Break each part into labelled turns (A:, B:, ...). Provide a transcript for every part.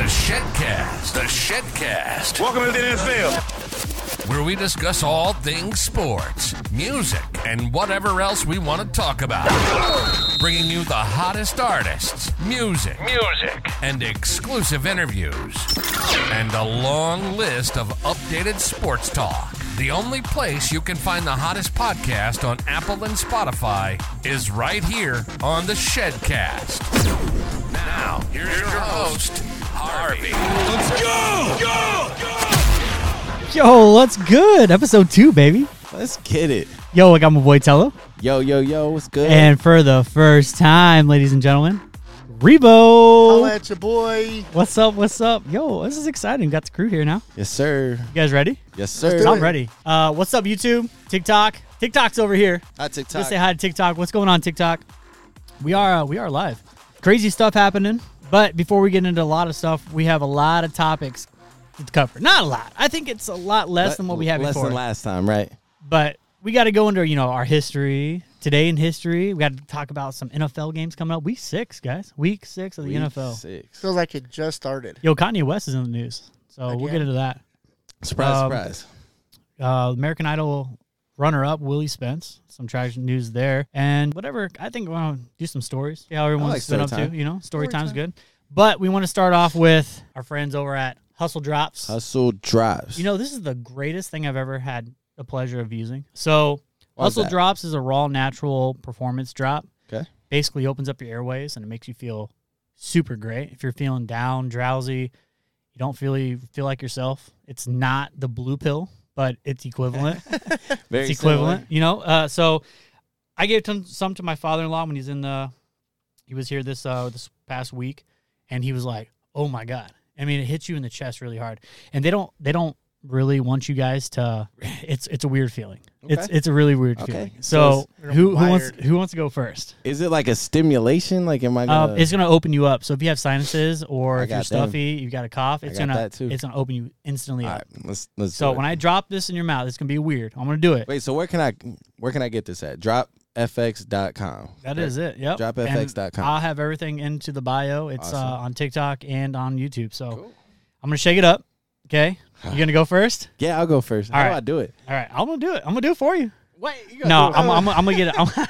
A: Shedcast, the Shedcast,
B: Welcome to the NFL.
A: where we discuss all things sports, music, and whatever else we want to talk about. Bringing you the hottest artists, music, music, and exclusive interviews, and a long list of updated sports talk. The only place you can find the hottest podcast on Apple and Spotify is right here on the Shedcast. Now, here's your host, Harvey.
C: Yo, let's good. Episode two, baby.
D: Let's get it.
C: Yo, I got my boy Tello.
D: Yo, yo, yo, what's good?
C: And for the first time, ladies and gentlemen,
E: Holla
C: Rebo.
E: at your boy.
C: What's up? What's up? Yo, this is exciting. Got the crew here now.
D: yes, sir.
C: You guys ready?
D: Yes,
E: do
D: sir.
E: it.
C: I'm ready. Uh, what's up, YouTube? TikTok. TikTok's over here.
D: Hi, TikTok.
C: Just say hi to TikTok. What's going on, TikTok? We are uh, we are live. Crazy stuff happening. But before we get into a lot of stuff, we have a lot of topics to cover. Not a lot. I think it's a lot less
D: Le-
C: than what we had
D: less
C: before.
D: than last time, right?
C: but we got to go into you know our history today in history. We got to talk about some NFL games coming up. Week six, guys. Week six of the
D: Week
C: NFL.
D: Six.
E: Feels like it just started.
C: Yo, Kanye West is in the news, so we'll get
E: Again.
C: into that.
D: Surprise,
C: Um,
D: surprise.
C: Uh, American Idol runner-up Willie Spence. Some tragic news there, and whatever. I think we want to do some stories. See how everyone's
D: like
C: been
D: story
C: up
D: time.
C: to. You know, story, time's good. But we want to start off with our friends over at Hustle Drops.
D: Hustle drives.
C: You know, this is the greatest thing I've ever had the pleasure of using. So,
D: Why is
C: Hustle
D: that?
C: Drops is a raw, natural performance drop.
D: Okay.
C: Basically, opens up your airways and it makes you feel super great. If you're feeling down, drowsy, you don't feel you feel like yourself. It's not the blue pill, but it's equivalent.
D: Very
C: it's equivalent. You know, uh, so I gave some some to my father-in-law when he's in the. He was here this uh, this past week, and he was like, "Oh my god!" I mean, it hits you in the chest really hard, and they don't they don't really want you guys to. It's it's a weird feeling. It's
D: Okay.
C: it's a really weird
D: Okay.
C: feeling.
D: So
C: So,
E: it's-
C: who who wants
E: Wired.
C: who wants to go first?
D: Is it like a stimulation? Like, am I
C: Um,
D: gonna?
C: it's gonna open you up. So if you have sinuses or
D: I
C: if you're
D: got them.
C: stuffy, you've got a cough, it's
D: got
C: gonna
D: that too.
C: it's gonna open you instantly
D: All
C: up.
D: right, let's let's.
C: So
D: do it.
C: when I drop this in your mouth, it's gonna be weird. I'm gonna do it.
D: wait, so where can I where can I get this at? Dropfx.com.
C: That is it. Yep.
D: dropfx.com.
C: And I'll have everything into the bio. It's uh, on TikTok and on YouTube. So
D: Cool.
C: I'm gonna shake it up. Okay. You gonna go first?
D: Yeah, I'll go first.
C: All
D: How do
C: right.
D: I do it?
C: All right. I'm gonna do it. I'm gonna do it for you.
E: Wait, you got
C: No, I'm, I'm, I'm gonna get it. I'm,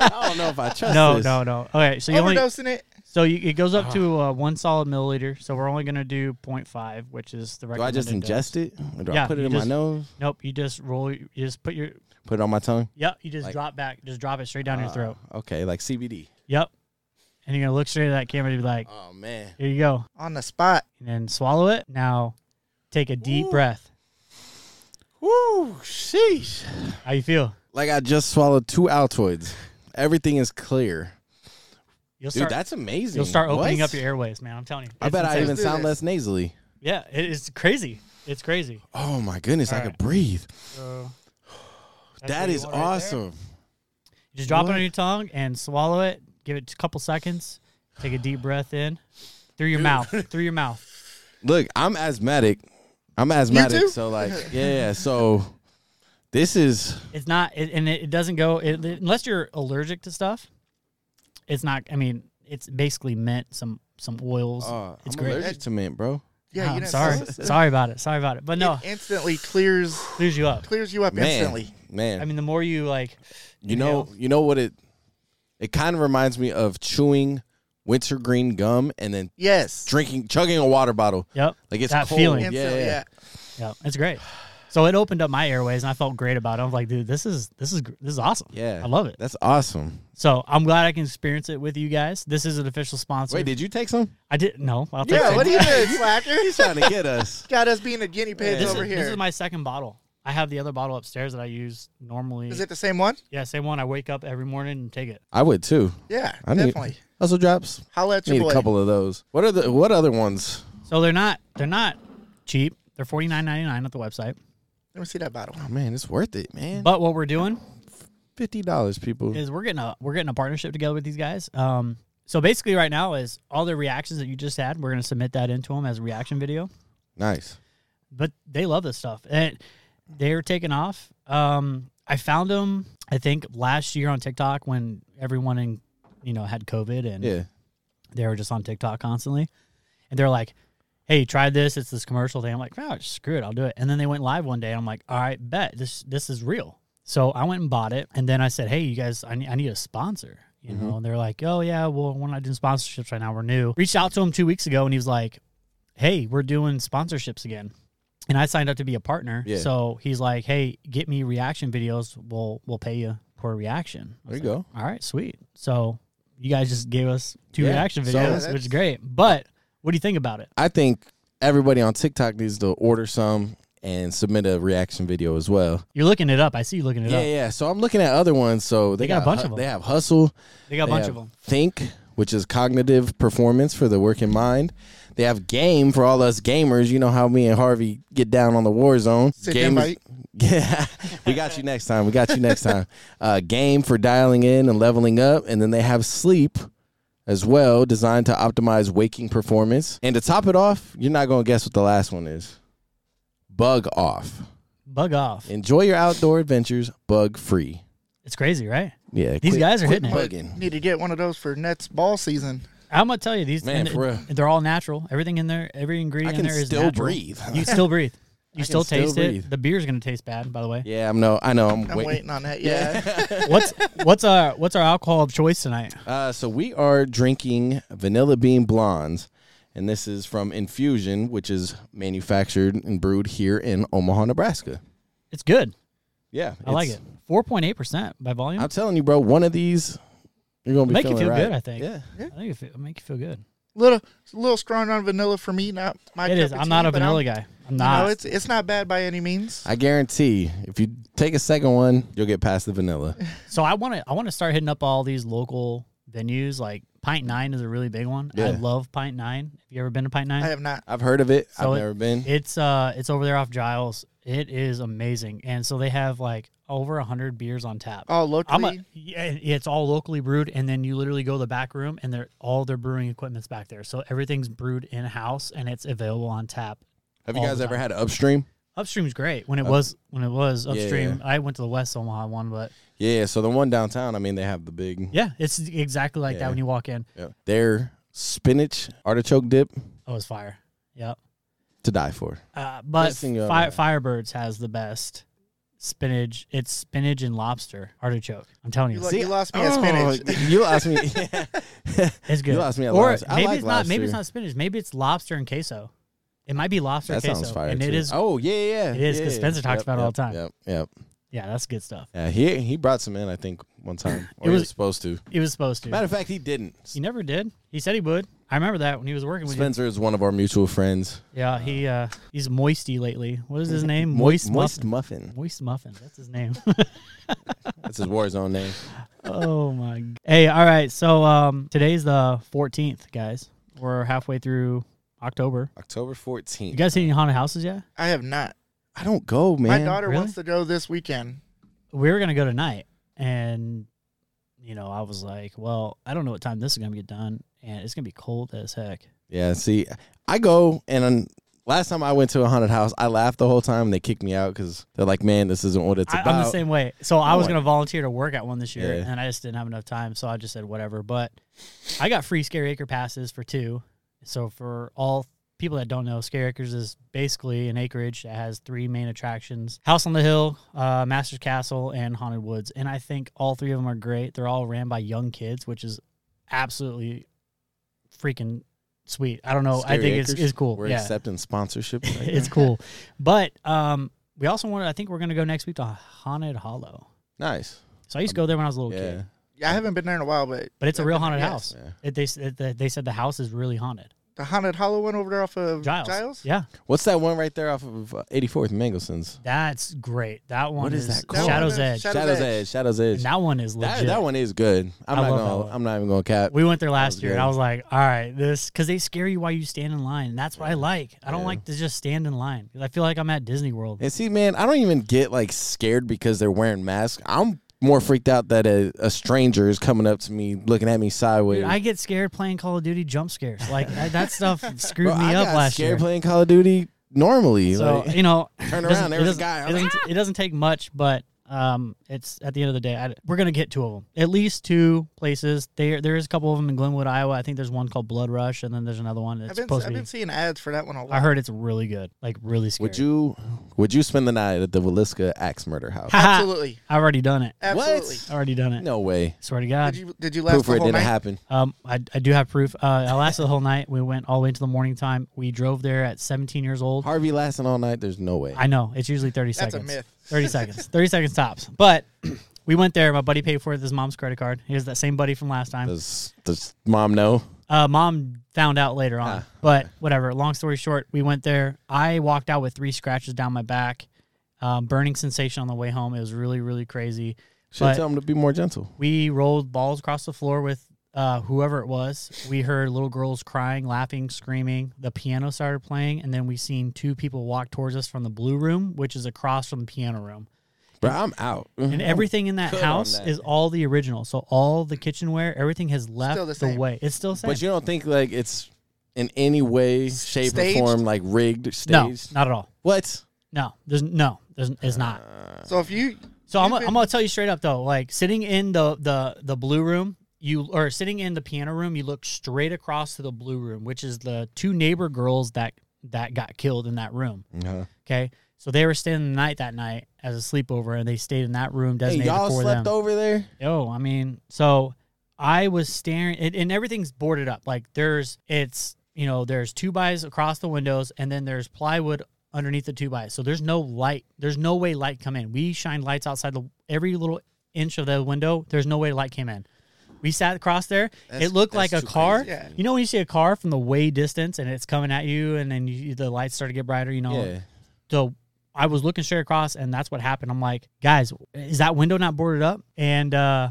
D: I don't know if I trust
C: no,
D: this.
C: no, no. Okay. So you only
E: overdosing it.
C: so you, it goes up to uh, one solid milliliter. So we're only gonna do 0.5, which is the
D: Do I
C: recommended.
D: just
C: dose.
D: ingest it? Or do
C: Yeah,
D: I put it
C: you
D: in
C: just-
D: my nose?
C: Nope. You just roll. You just put your.
D: Put it on my tongue?
C: Yep. You just
D: Like- Ah.
C: drop back. Just drop it straight down your throat.
D: Okay, like CBD.
C: Yep. And you're gonna look straight at that camera and be like,
D: Oh man.
C: "Here you go."
E: On the spot.
C: and then swallow it. Now, take a deep breath.
D: Woo, sheesh.
C: How you feel?
D: Like I just swallowed two Altoids. Everything is clear.
C: You'll
D: Dude,
C: start.
D: that's amazing.
C: you'll start opening
D: What?
C: up your airways, man. I'm telling you.
D: I
C: It's
D: bet I
C: insane.
D: even
E: do
D: sound
E: this.
D: less nasally.
C: Yeah, it- it's crazy. It's crazy.
D: Oh my goodness, I
C: All
D: could
C: right.
D: breathe.
C: So, that's
D: That
C: what you
D: is
C: want right there.
D: awesome.
C: Just drop it
D: What?
C: on your tongue and swallow it. Give it a couple seconds. Take a deep breath in through your mouth. Through your mouth.
D: Look, I'm asthmatic. I'm asthmatic,
E: too?
D: so like, yeah. So this is
C: It's not, it, and it, it doesn't go it, it- unless you're allergic to stuff. It's not. I mean, it's basically mint some some oils.
D: uh,
C: it's
D: I'm
C: great.
D: allergic to mint, bro.
C: Nah,
E: Yeah, you
C: Oh, I'm
E: didn't
C: sorry.
E: tell us.
C: Sorry about it. Sorry about it. But no,
E: It instantly clears
C: clears you up.
E: clears you up
D: Man,
E: instantly.
D: man.
C: I mean, the more you like,
D: you know,
C: inhale.
D: you know what it? It kind of reminds me of chewing wintergreen gum and then
E: Yes.
D: drinking, chugging a water bottle.
C: yep,
D: Like it's
C: that
D: cold.
C: feeling.
D: Yeah,
C: Yep.
E: Instantly,
D: yeah.
C: it's great. So it opened up my airways, and I felt great about it. I was like, dude, this is this is gr- this is awesome.
D: Yeah,
C: I love it.
D: That's awesome.
C: So I'm glad I can experience it with you guys. This is an official sponsor.
D: Wait, did you take some?
C: I did no. I'll take
E: Yeah,
C: it.
E: what are you doing, slacker?
D: He's trying to get us.
E: Got us being the guinea pigs
C: this,
E: over
C: is,
E: here.
C: this is my second bottle. I have the other bottle upstairs that I use normally.
E: Is it the same one?
C: yeah, same one. I wake up every morning and take it.
D: I would too.
E: Yeah,
D: I need
E: definitely.
D: hustle drops.
E: Holla at your
D: Need
E: boy.
D: a couple of those. What are the what other ones?
C: So they're not they're not cheap. They're forty nine ninety nine at the website.
E: Let me see that bottle.
D: Oh man, it's worth it, man.
C: But what we're doing
D: Fifty dollars, people.
C: is we're getting a we're getting a partnership together with these guys. Um, so basically, right now is all the reactions that you just had. We're gonna submit that into them as a reaction video.
D: Nice.
C: But they love this stuff, and they're taking off. Um, I found them, I think, last year on TikTok when everyone in you know had COVID and
D: Yeah.
C: they were just on TikTok constantly, and they're like, hey, try this. It's this commercial thing. I'm like, oh, screw it, I'll do it. And then they went live one day. And I'm like, all right, bet this this is real. So I went and bought it, and then I said, hey, you guys, I need, I need a sponsor. You
D: Mm-hmm.
C: know, and they're like, oh yeah, well we're not doing sponsorships right now. We're new. Reached out to him two weeks ago, and he was like, hey, we're doing sponsorships again. And I signed up to be a partner.
D: Yeah.
C: So he's like, hey, get me reaction videos. We'll we'll pay you for a reaction. I
D: There
C: was
D: you
C: like, All right, sweet. So you guys just gave us two
D: Yeah.
C: reaction
D: So-
C: videos,
E: Yeah,
C: which is
E: that's-
C: great. But what do you think about it?
D: I think everybody on TikTok needs to order some and submit a reaction video as well.
C: You're looking it up. I see you looking it
D: Yeah,
C: up.
D: yeah. So I'm looking at other ones. So they,
C: They got a bunch of 'em.
D: They have hustle.
C: They got a
D: They
C: bunch
D: have
C: of them.
D: Think, which is cognitive performance for the working mind. They have game for all us gamers. You know how me and Harvey get down on the war zone.
E: Sit
D: game
E: down,
D: is- yeah, we got you next time. We got you next time. Uh, game for dialing in and leveling up, and then they have sleep as well, designed to optimize waking performance. And to top it off, you're not gonna guess what the last one is. Bug off.
C: Bug off.
D: Enjoy your outdoor adventures, bug free.
C: It's crazy, right?
D: Yeah,
C: These
D: quit-
C: guys are
D: quit
C: hitting it.
D: bugging.
E: Need to get one of those for Nets ball season.
C: I'm gonna tell you these.
D: Man,
C: and
D: for real.
C: They're all natural. Everything in there, every ingredient
D: can
C: in there is
D: still
C: natural.
D: breathe.
C: You can still breathe. You
D: can
C: still
D: still
C: taste
D: breathe.
C: it. The beer's gonna taste bad, by the way.
D: Yeah, I'm no, I know. I'm,
E: I'm
D: waiting.
E: waiting on that. Yeah.
C: What's what's our what's our alcohol of choice tonight?
D: Uh, so we are drinking vanilla bean blondes, and this is from Infusion, which is manufactured and brewed here in Omaha, Nebraska.
C: It's good.
D: Yeah,
C: I like it.
D: it's-
C: Four point eight percent by volume.
D: I'm telling you, bro. One of these, you're gonna be
C: Make you
D: feeling
C: feel
D: right.
C: good, I think.
D: Yeah,
C: I think it fe- it'll make you feel good.
E: little, it's a little strong on vanilla for me. Not my.
C: It
E: cup
C: is.
E: of
C: I'm not
E: tea,
C: a
E: but
C: vanilla
E: I'm-
C: guy. I'm
E: you know,
C: not.
E: it's it's not bad by any means.
D: I guarantee if you take a second one, you'll get past the vanilla.
C: So I want to I want to start hitting up all these local venues. Like Pint Nine is a really big one. I
D: Yeah.
C: love Pint Nine. Have you ever been to Pint
E: I
C: Nine?
E: have not.
D: I've heard of it.
C: So
D: I've
C: it-
D: never been.
C: It's uh it's over there off Giles. It is amazing. And so they have like over hundred beers on tap.
E: Oh,
C: I'm
E: locally.
C: a, yeah, and it's all locally brewed, and then you literally go to the back room, and they're all their brewing equipment's back there. So everything's brewed in house, and it's available on tap.
D: Have you
C: all
D: guys
C: the
D: ever
C: time.
D: had an upstream?
C: Upstream's great when it was when it was
D: yeah.
C: upstream. I went to the West Omaha one, but
D: Yeah. So the one downtown, I mean, they have the big.
C: yeah, it's exactly like
D: Yeah.
C: that when you walk in.
D: Yeah. Their spinach artichoke dip
C: Oh, it's fire. Yep.
D: to die for.
C: Uh, but
D: Best thing I've
C: Fire,
D: ever
C: Firebirds has the best spinach. It's spinach and lobster artichoke. I'm telling
E: you,
C: you,
E: lo- you lost me at
D: Oh,
E: spinach.
D: You lost me.
C: it's good.
D: you lost me at
C: or
D: lobster. I
C: maybe
D: like
C: it's not. Maybe it's
D: lobster.
C: not spinach. Maybe it's lobster and queso. It might be lobster
D: That
C: queso,
D: sounds fire.
C: and it
D: too.
C: is.
D: Oh yeah, yeah.
C: it is,
D: yeah,
C: 'cause
D: yeah.
C: Spencer talks
D: Yep,
C: about it all
D: yep,
C: the time.
D: Yep, yep.
C: Yeah, that's good stuff.
D: Yeah, he he brought some in. I think one time.
C: It
D: Or he
C: was-
D: was supposed to.
C: He was supposed to.
D: Matter of fact, he didn't.
C: he never did. He said he would. I remember that when he was working with
D: Spencer is one of our mutual friends.
C: you. Yeah, he uh, he's moisty lately. What is his name?
D: Mo-
C: Moist
D: Moist
C: Muffin.
D: Muffin.
C: Moist Muffin. That's his name.
D: That's his Warzone name.
C: oh my. g- Hey, all right. So um, today's the 14th, guys. We're halfway through October.
D: October
C: You
D: fourteenth.
C: guys seen any haunted houses yet?
E: I have not.
D: I don't go, man.
E: My daughter
C: really?
E: wants to go this weekend.
C: We were gonna go tonight, and you know, I was like, well, I don't know what time this is gonna get done, and it's gonna be cold as heck.
D: Yeah. See, I go and. i last time I went to a haunted house, I laughed the whole time and they kicked me out because they're like, "Man, this isn't what it's
C: I,
D: about."
C: I'm the same way. So I was
D: Oh, I-
C: gonna volunteer to work at one this year,
D: Yeah.
C: and I just didn't have enough time, so I just said whatever. But I got free Scare Acre passes for two. So for all people that don't know, Scare Acres is basically an acreage that has three main attractions: House on the Hill, uh, Master's Castle, and Haunted Woods. And I think all three of them are great. They're all ran by young kids, which is absolutely freaking sweet. I don't know. I
D: Scary
C: think it's
D: Acres.
C: is cool.
D: We're
C: yeah
D: accepting sponsorships. right now.
C: it's cool. But um, we also wanted. I think we're gonna go next week to Haunted Hollow.
D: nice.
C: So I used to go there when I was a little
D: Um, Yeah.
C: kid.
E: Yeah, I haven't been there in a while, but
C: But it's a
E: I've
C: real
E: been
C: haunted
E: there, yes.
C: house.
D: Yeah.
C: It, they s- it, they- they said the house is really haunted.
E: The haunted hollow one over there off of
C: Giles.
E: Giles.
C: Yeah,
D: What's that one right there off of uh, 84th and Mangelson's?
C: that's great. That one
D: What is that called?
C: Shadow's
E: That one
C: Edge.
E: is Shadow-
D: Shadow's
E: Shadow's
D: Edge.
E: Edge.
D: Shadow's
C: and
D: Edge.
C: that one is legit.
D: That, that one is good. I'm
C: I
D: not
C: love that
D: gonna.
C: one.
D: I'm not even gonna cap.
C: We went there last
D: was
C: year, and
D: good.
C: I was like, "All right, this because they scare you while you stand in line, and that's what I like. I don't
D: Yeah.
C: like to just stand in line. 'cause I feel like I'm at Disney World.
D: and see, man, I don't even get like scared because they're wearing masks. I'm more freaked out that a, a stranger is coming up to me, looking at me sideways.
C: Dude, I get scared playing Call of Duty jump scares. Like that that stuff screwed
D: Bro,
C: me
D: I
C: up
D: got
C: last
D: scared
C: year.
D: playing Call of Duty normally.
C: So
D: like,
C: you know,
D: turn
C: it doesn't-
D: around,
C: it
D: there's a
C: doesn't-
D: guy.
C: It doesn't, it doesn't take much, but Um, it's at the end of the day, I, we're gonna get two of them, at least two places. There, there is a couple of them in Glenwood, Iowa. I think there's one called Blood Rush, and then there's another one that's
E: I've been
C: supposed
E: I've
C: to
E: been
C: be.
E: seeing ads for that one a lot.
C: I heard it's really good, like really scary.
D: Would you would you spend the night at the Waliska axe murder house?
E: absolutely,
C: I've already done it.
E: absolutely.
C: I already done it.
D: No way.
C: Swear to
E: Did
C: God.
E: you did you
D: Proof
E: last
D: for
E: the
D: it
E: whole
D: didn't
E: night?
D: happen.
C: Um, I, I do have proof. Uh, I lasted the whole night. We went all the way into the morning time. We drove there at 17 years old.
D: Harvey lasting all night. There's no way.
C: I know it's usually 30
E: That's a
C: seconds.
E: myth.
C: 30 seconds. 30 seconds tops. But we went there. My buddy paid for it with his mom's credit card. He was that same buddy from last time.
D: Does does mom know?
C: Uh, mom found out later on. but whatever. Long story short, we went there. I walked out with three scratches down my back, um, burning sensation on the way home. It was really, really crazy.
D: Should
C: But-
D: tell him to be more gentle.
C: We rolled balls across the floor with uh, whoever it was. We heard little girls crying, laughing, screaming. The piano started playing, and then we seen two people walk towards us from the blue room, which is across from the piano room.
D: Bro, I'm out.
C: And everything in that
D: Good on
C: house
D: that.
C: is all the original. So all the kitchenware, everything has left
E: Still the
C: the,
E: same.
C: way. It's still the same.
D: But you don't think like it's in any way, shape,
E: Staged?
D: or form like rigged,
C: no,
D: staged?
C: not at all.
D: What?
C: No, there's no, there's, it's not.
D: Uh,
E: So if you
C: So I'm,
E: You've
C: gonna- I'm gonna tell you straight up though, like sitting in the the the blue room, you or sitting in the piano room, you look straight across to the blue room, which is the two neighbor girls that that got killed in that room.
D: Uh-huh.
C: Okay, so they were staying the night that night as a sleepover, and they stayed in that room
D: Hey,
C: designated
D: y'all
C: for
D: slept
C: them.
D: over there?
C: Yo, I mean, so I was staring, and, and everything's boarded up. Like there's, it's you know, there's two bys across the windows, and then there's plywood underneath the two bys. So there's no light. There's no way light come in. We shine lights outside the every little inch of the window. There's no way light came in. We sat across there. it looked like a
D: that's too
C: car.
D: crazy.
E: Yeah.
C: You know when you see a car from the way distance and it's coming at you, and then you, the lights start to get brighter. You know,
D: Yeah.
C: so I was looking straight across, and that's what happened. I'm like, guys, is that window not boarded up? And uh,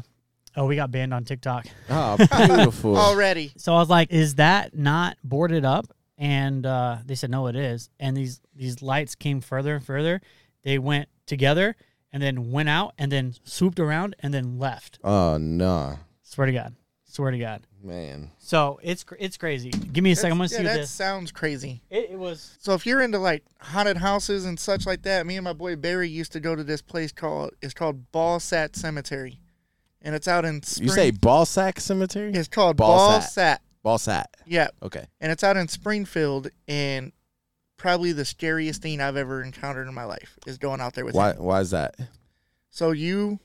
C: oh, we got banned on TikTok.
D: Oh, beautiful.
E: already
C: So I was like, is that not boarded up? And uh, they said, no, it is. And these these lights came further and further. They went together, and then went out, and then swooped around, and then left.
D: Oh no,
C: Swear to God, swear to God.
D: man.
C: So it's cr- it's crazy. Give me a second. I'm gonna
E: That's-
C: see
E: yeah,
C: what
E: that
C: this.
E: sounds crazy.
C: It, it was
E: So if you're into like haunted houses and such like that, me and my boy Barry used to go to this place called it's called Ballsat Cemetery, and it's out in Spring,
D: You say ball sack cemetery?
E: it's called
D: Ballsat.
E: Ballsat.
D: Ball sack.
E: Yeah,
D: Okay.
E: and it's out in Springfield, and probably the scariest thing I've ever encountered in my life is going out there with
D: Why?
E: him.
D: Why is that?
E: So you,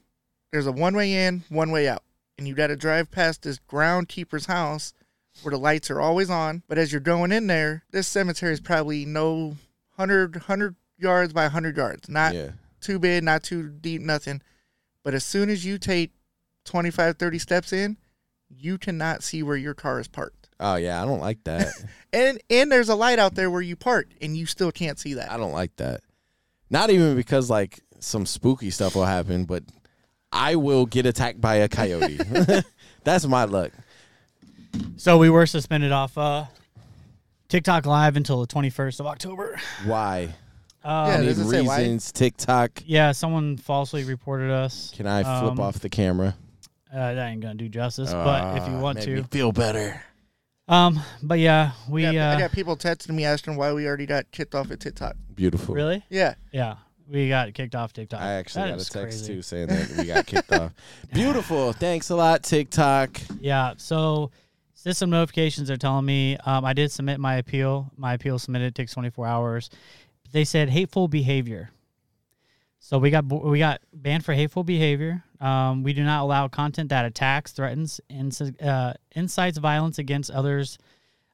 E: there's a one way in, one way out, and you got to drive past this groundkeeper's house where the lights are always on. But as you're going in there, this cemetery is probably no 100, 100 yards by 100 yards, not
D: yeah.
E: too big, not too deep, nothing. But as soon as you take 25, 30 steps in, you cannot see where your car is parked.
D: Oh yeah, I don't like that.
E: And and there's a light out there where you park, and you still can't see that.
D: I don't like that. Not even because like some spooky stuff will happen, but I will get attacked by a coyote. That's my luck.
C: So we were suspended off uh, TikTok Live until the 21st of October.
D: Why?
E: Yeah,
C: Um,
E: it
D: Need
E: doesn't say why.
D: reasons. TikTok.
C: yeah, someone falsely reported us.
D: Can I flip
C: Um,
D: off the camera?
C: Uh, that ain't gonna do justice, but if you
D: Ah,
C: want
D: made
C: to,
D: me feel better.
C: um, but yeah, we
E: I got, I
C: uh,
E: got people texting me asking why we already got kicked off at TikTok.
D: Beautiful.
C: really,
E: Yeah.
C: yeah, we got kicked off TikTok.
D: I actually
C: That
D: got
C: is
D: a text
C: crazy.
D: too saying that we got kicked off. Beautiful. Thanks a lot, TikTok.
C: Yeah, so system notifications are telling me um, I did submit my appeal. My appeal submitted takes 24 hours. They said hateful behavior. So we got bo- we got banned for hateful behavior. Um, we do not allow content that attacks, threatens, insi- uh, incites violence against others,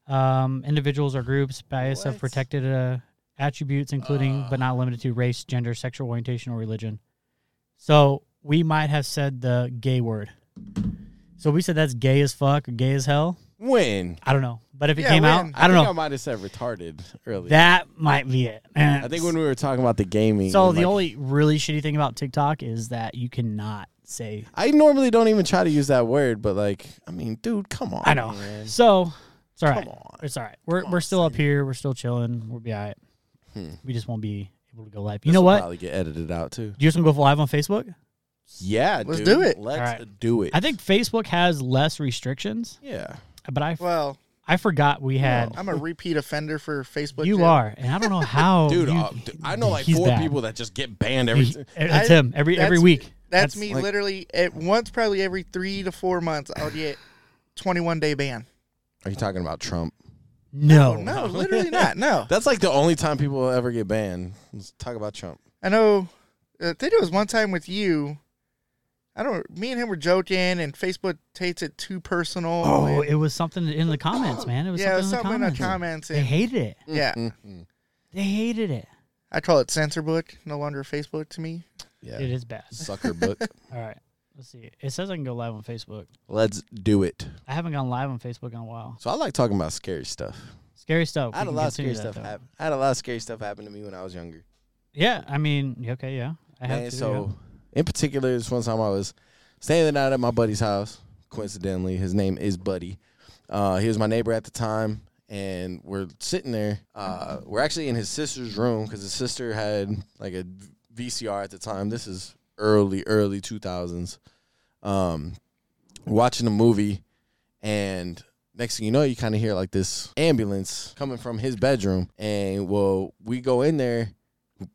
C: um, individuals or groups. Bias of
D: What?
C: protected uh, attributes, including but not limited to race, gender, sexual orientation, or religion. So we might have said the gay word. So we said that's gay as fuck, gay as hell.
D: When?
C: I don't know, but if it
E: Yeah,
C: came out,
E: when-
C: I don't
D: think I
C: know.
D: might have said retarded earlier.
C: That might be it.
D: I think when we were talking about the gaming.
C: so
D: and,
C: the
D: like,
C: only really shitty thing about TikTok is that you cannot say
D: I normally don't even try to use that word, but like, I mean, dude, come on.
C: I know.
D: man.
C: So it's all right.
D: Come on. Hmm.
C: It's all right. We're we're still up here. We're still chilling. We'll be all right. We just won't be able to go live. You know
D: This'll
C: what?
D: Probably get edited out too.
C: Do you just want to go live on Facebook?
D: Yeah,
E: Let's
D: dude.
E: do it.
D: Let's
C: Alright.
D: do it.
C: I think Facebook has less restrictions,
D: Yeah.
C: but I
E: Well,
C: I forgot we had.
E: I'm a repeat offender for Facebook.
C: you
E: jail.
C: are, and I don't know how.
D: Dude,
C: Oh, you-
D: uh, d- I know like
C: he's
D: four
C: bad.
D: people that just get banned every.
C: He- That's
E: I-
C: him every every
E: that's-
C: week.
E: That's, me
D: like-
E: literally at once, probably every three to four months, I'll get 21 day ban. Oh,
D: Are you talking about Trump?
C: No,
E: No, literally not. No.
D: That's like the only time people will ever get banned. Let's talk about Trump.
E: I know. I think it was one time with you. I don't. Me and him were joking, and Facebook takes it too personal.
C: Oh,
E: and-
C: it was something in the comments, man. It was
E: yeah, it was
C: something,
E: something
C: in the comments.
E: comments.
C: They
E: And,
C: hated it.
E: yeah,
D: Mhm.
C: They hated it.
E: I call it censor book. No longer Facebook to me.
D: Yeah.
C: It is bad.
D: Sucker book.
C: All right, let's see. It says I can go live on Facebook.
D: Let's do it.
C: I haven't gone live on Facebook in a while.
D: So I like talking about scary stuff.
C: Scary stuff.
D: I had a
C: We can
D: lot of
C: continue
D: scary
C: that,
D: stuff
C: though.
D: happen. I had a lot of scary stuff happen to me when I was younger.
C: Yeah, I mean, okay, yeah. I have
D: And
C: to,
D: so, in particular, this one time I was staying the night at my buddy's house. Coincidentally, his name is Buddy. Uh, he was my neighbor at the time, and we're sitting there. Uh, we're actually in his sister's room because his sister had like a VCR at the time. This is early, early two thousands. Um, watching a movie, and next thing you know, you kind of hear like this ambulance coming from his bedroom. And well, we go in there.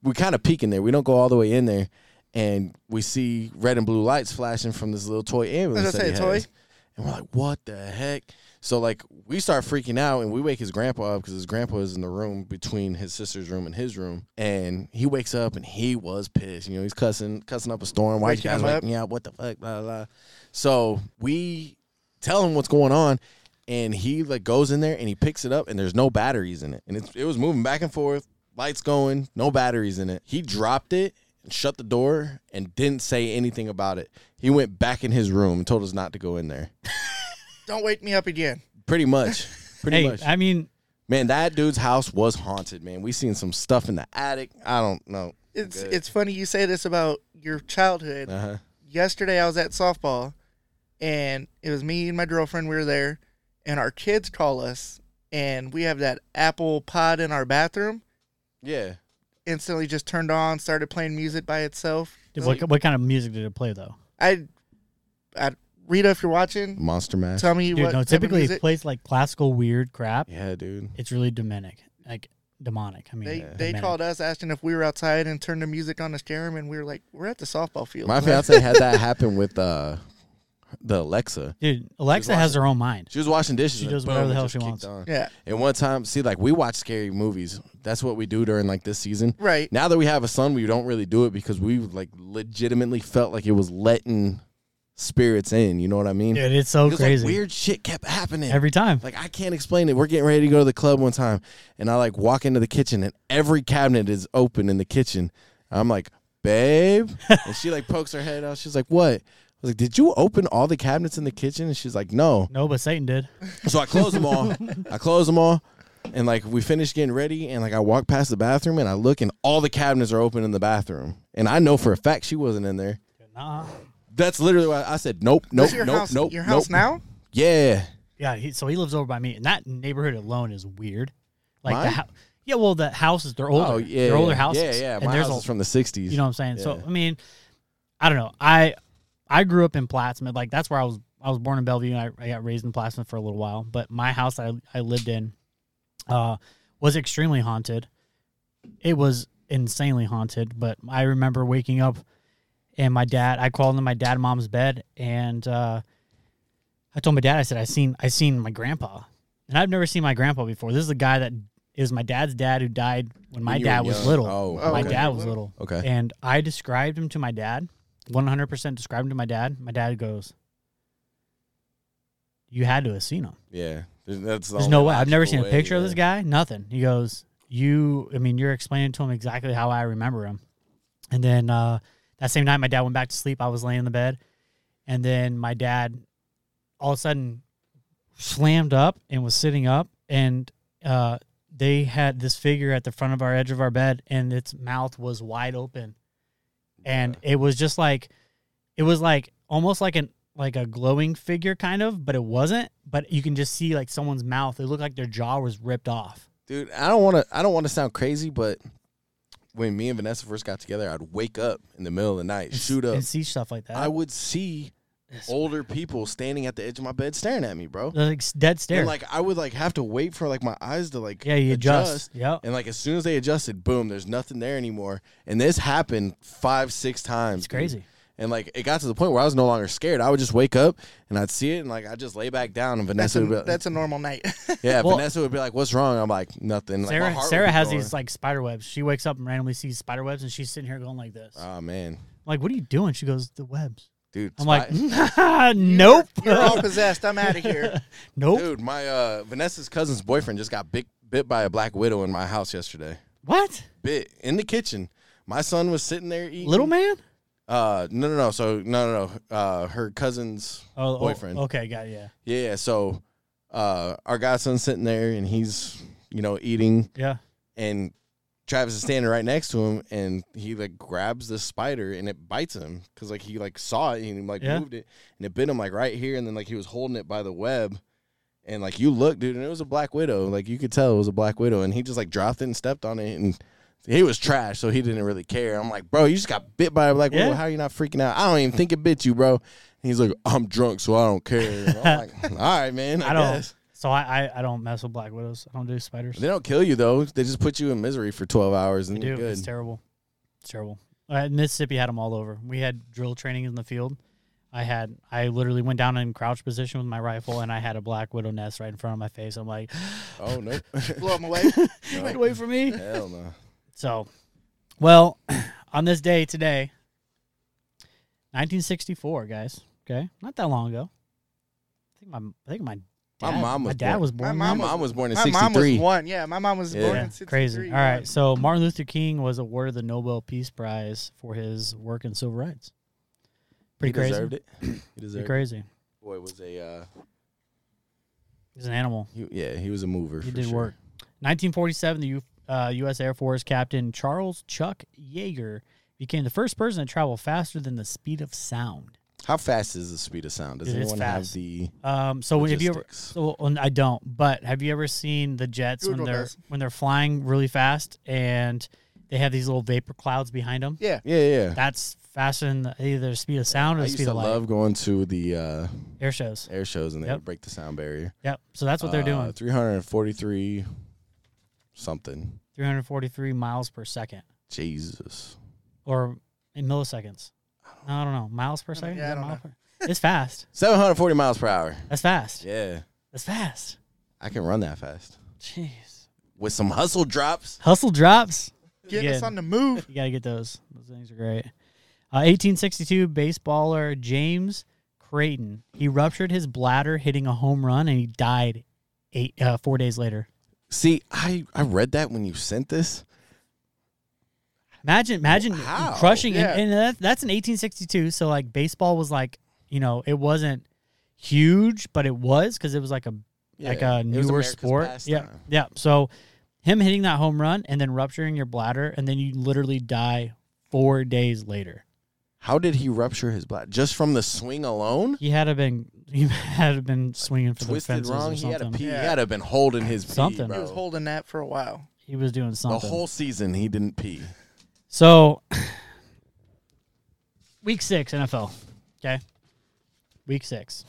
D: We kind of peek in there. We don't go all the way in there, and we see red and blue lights flashing from this little toy ambulance.
E: Does it
D: that he
E: say toy?
D: has. And we're like, "What the heck?" So like, we start freaking out, and we wake his grandpa up because his grandpa is in the room between his sister's room and his room, and he wakes up and he was pissed. You know, he's cussing, cussing up a storm. Why you
E: Waking
D: guys
E: him up.
D: waking me up? What the fuck? Blah blah. blah. So we tell him what's going on, and he like goes in there and he picks it up, and there's no batteries in it, and it's, it was moving back and forth, lights going, no batteries in it. He dropped it, and shut the door, and didn't say anything about it. He went back in his room and told us not to go in there.
E: Don't wake me up again.
D: Pretty much, pretty
C: hey,
D: much.
C: I mean,
D: man, that dude's house was haunted. Man, we seen some stuff in the attic. I don't know.
E: It's it's funny you say this about your childhood.
D: Uh huh.
E: yesterday I was at softball and it was me and my girlfriend we were there and our kids call us and we have that Apple pod in our bathroom
D: Yeah.
E: instantly just turned on started playing music by itself
C: did- what, what kind of music did it play though?
E: I I Rita if you're watching
D: Monster Mash.
E: tell me
C: Dude, no.
E: what type of
C: Typically, it
E: music-
C: plays like classical weird crap.
D: Yeah, dude.
C: It's really demonic, like demonic. I mean,
E: they
C: demonic.
E: they called us asking if we were outside and turned the music on the stereo and we were like we're at the softball field
D: My fiance had that happen with uh, the Alexa.
C: Dude, Alexa has her own mind.
D: She was washing dishes.
C: She
D: and
C: does
D: boom,
C: whatever the
D: it
C: hell
D: just
C: she
D: kicked
C: wants.
D: on.
E: yeah
D: And one time, see, like we watch scary movies. That's what we do during like this season.
E: right
D: Now that we have a son, we don't really do it because we like legitimately felt like it was letting spirits in. You know what I mean?
C: Dude, it's so
D: Because, like,
C: crazy.
D: weird shit kept happening.
C: Every time.
D: like I can't explain it. We're getting ready to go to the club one time, and I like walk into the kitchen, and every cabinet is open in the kitchen. I'm like, babe, and she like pokes her head out. She's like, what? I was like, did you open all the cabinets in the kitchen? And she's like, no.
C: No, but Satan did.
D: So I close them all. I close them all. And like we finish getting ready, and like I walk past the bathroom and I look, and all the cabinets are open in the bathroom. And I know for a fact she wasn't in there.
C: Nah.
D: That's literally why I said, nope, nope,
E: Is your
D: nope,
E: house
D: nope.
E: your
D: nope.
E: house now
D: Yeah.
C: Yeah, he, so he lives over by me, and that neighborhood alone is weird. Like the
D: Mine?
C: hou- yeah, well, the houses they're older.
D: Oh, yeah.
C: they're
D: yeah.
C: older houses.
D: Yeah, yeah.
C: And
D: My
C: there's
D: house
C: a-
D: is from the 60s.
C: you know what I'm saying. So
D: Yeah.
C: I mean, I don't know. I I grew up in Plattsmouth. Like that's where I was. I was born in Bellevue, and I, I got raised in Plattsmouth for a little while. But my house I I lived in uh, was extremely haunted. It was insanely haunted. But I remember waking up, and my dad. I crawled into my dad and mom's bed, and uh, I told my dad. I said, "I seen I seen my grandpa, and I've never seen my grandpa before. This is a guy that is my dad's dad who died when my
D: When you were
C: dad was
D: young.
C: little.
D: Oh,
E: Oh,
C: my
E: okay.
C: dad was little.
D: Okay.
C: And I described him to my dad, 100% described him to my dad. My dad goes, You had to have seen him.
D: Yeah. There's, that's the
C: There's
D: only
C: no way. I've never
D: logical
C: seen a
D: way,
C: picture of
D: yeah.
C: this guy. Nothing. He goes, You, I mean, you're explaining to him exactly how I remember him. And then uh, that same night, my dad went back to sleep. I was laying in the bed. And then my dad all of a sudden slammed up and was sitting up. And uh, they had this figure at the front of our edge of our bed, and its mouth was wide open. And it was just like, it was like almost like an like a glowing figure kind of but it wasn't but you can just see like someone's mouth it looked like their jaw was ripped off
D: Dude, I don't want to. I don't want to sound crazy, but when me and Vanessa first got together, I'd wake up in the middle of the night, shoot up.
C: and see stuff like that
D: I would see older people standing at the edge of my bed staring at me, bro.
C: Like dead stare.
D: And like I would like have to wait for like my eyes to like
C: yeah, you adjust. Yep.
D: And like as soon as they adjusted, boom, there's nothing there anymore. And this happened five, six times.
C: It's crazy.
D: And like it got to the point where I was no longer scared. I would just wake up and I'd see it and like I'd just lay back down and
E: That's
D: Vanessa
E: a,
D: would be like,
E: that's a normal night.
D: Yeah,
C: Well-
D: Vanessa would be like, What's wrong? I'm like, nothing. Like, my
C: Sarah,
D: heart would
C: Sarah
D: be
C: has
D: going.
C: these like spider webs. She wakes up and randomly sees spider webs, and she's sitting here going like this.
D: Oh man.
C: like, what are you doing? She goes, the webs.
D: Dude,
C: I'm
D: spi-
C: like, nope,
E: You're all possessed. I'm out of here.
C: nope.
D: Dude, my uh Vanessa's cousin's boyfriend just got bit bit by a black widow in my house yesterday.
C: What?
D: Bit in the kitchen. My son was sitting there eating
C: Little man?
D: Uh, no, no, no. So no, no, no. Uh, her cousin's
C: Oh, oh,
D: boyfriend.
C: okay, got it, yeah,
D: Yeah, yeah. So, uh, our godson's sitting there and he's you know eating,
C: yeah.
D: and Travis is standing right next to him, and he like grabs this spider and it bites him because like he like saw it and he like
C: Yeah.
D: moved it and it bit him like right here, and then like he was holding it by the web. And like you look, dude, and it was a black widow. Like you could tell it was a black widow, and he just like dropped it and stepped on it, and he was trash, so he didn't really care. I'm like, bro, you just got bit by a black
C: Yeah.
D: widow. How you not freaking out? I don't even think it bit you, bro. And he's like, I'm drunk, so I don't care. And I'm like, all right, man. I,
C: I don't.
D: guess.
C: So I, I I don't mess with black widows. I don't do spiders.
D: They don't kill you though. They just put you in misery for 12 hours, and
C: They
D: you're
C: do. It's
D: good.
C: terrible. It's terrible. Uh, Mississippi had them all over. We had drill training in the field. I had I literally went down in crouch position with my rifle, and I had a black widow nest right in front of my face. I'm like,
D: Oh no.
E: Blow him away.
C: get away from me.
D: Hell no.
C: So, well, on this day today, 1964, guys. Okay, not that long ago. I think my I think my dad,
D: My mom was
C: dad
D: born-
C: was born.
E: My
D: My
C: then.
E: mom
D: mom was born in
E: My mom was
D: 63.
E: one. Yeah, my mom was
D: Yeah.
E: born
D: Yeah,
E: in 63.
C: Crazy. All right. So Martin Luther King was awarded the Nobel Peace Prize for his work in civil rights. Pretty
D: he
C: crazy.
D: deserved it. He
C: Pretty
D: deserved it.
C: crazy.
D: Boy was a uh,
C: He's an animal.
D: he, yeah, he was a mover.
C: He
D: for
C: did
D: sure.
C: work. 1947, the U, uh, U.S. Air Force Captain Charles Chuck Yeager became the first person to travel faster than the speed of sound.
D: How fast is the speed of sound? Does
C: Dude, it's
D: anyone have
C: fast.
D: the
C: Um, so have you ever?
D: Logistics.
C: So well, I don't. But have you ever seen the jets when
E: Google
C: they're
E: does.
C: when they're flying really fast and they have these little vapor clouds behind them?
E: Yeah.
D: Yeah, yeah.
C: That's faster than the, either the speed of sound or
D: I
C: the
D: used
C: speed
D: to
C: of light.
D: love going to the uh,
C: Air shows.
D: air shows and they
C: Yep.
D: would break the sound barrier.
C: Yep. So that's what they're doing.
D: Uh, 343 something.
C: 343 miles per second
D: Jesus.
C: or in milliseconds. No, I don't know. Miles per second?
E: yeah,
C: Is
E: I
C: it
E: don't
C: mile per- It's fast.
D: 740 miles per hour.
C: That's fast.
D: Yeah.
C: That's fast.
D: I can run that fast.
C: Jeez.
D: With some hustle drops.
C: Hustle drops.
E: Getting us
C: Again.
E: on the move.
C: You got to get those. Those things are great. Uh, 1862 baseballer James Creighton. He ruptured his bladder hitting a home run and he died eight uh, four days later.
D: See, I, I read that when you sent this.
C: Imagine, imagine
D: Wow.
C: crushing,
E: Yeah.
C: and, and that, that's in 1862. So like baseball was like, you know, it wasn't huge, but it was because it was like a like
D: Yeah.
C: a
D: It was
C: newer
D: America's
C: sport. Yeah,
D: pastime.
C: yeah. So him hitting that home run and then rupturing your bladder, and then you literally die four days later.
D: How did he rupture his bladder? Just from the swing alone?
C: He had to been he had to been swinging for the
D: Twisted
C: fences
D: wrong.
C: or
D: He had a
C: something.
D: pee.
E: Yeah.
D: He had to have been holding his pee,
C: Something.
D: bro.
E: He was holding that for a while.
C: He was doing
D: the
C: something.
D: whole season he didn't pee.
C: So, week six NFL. Okay, week six.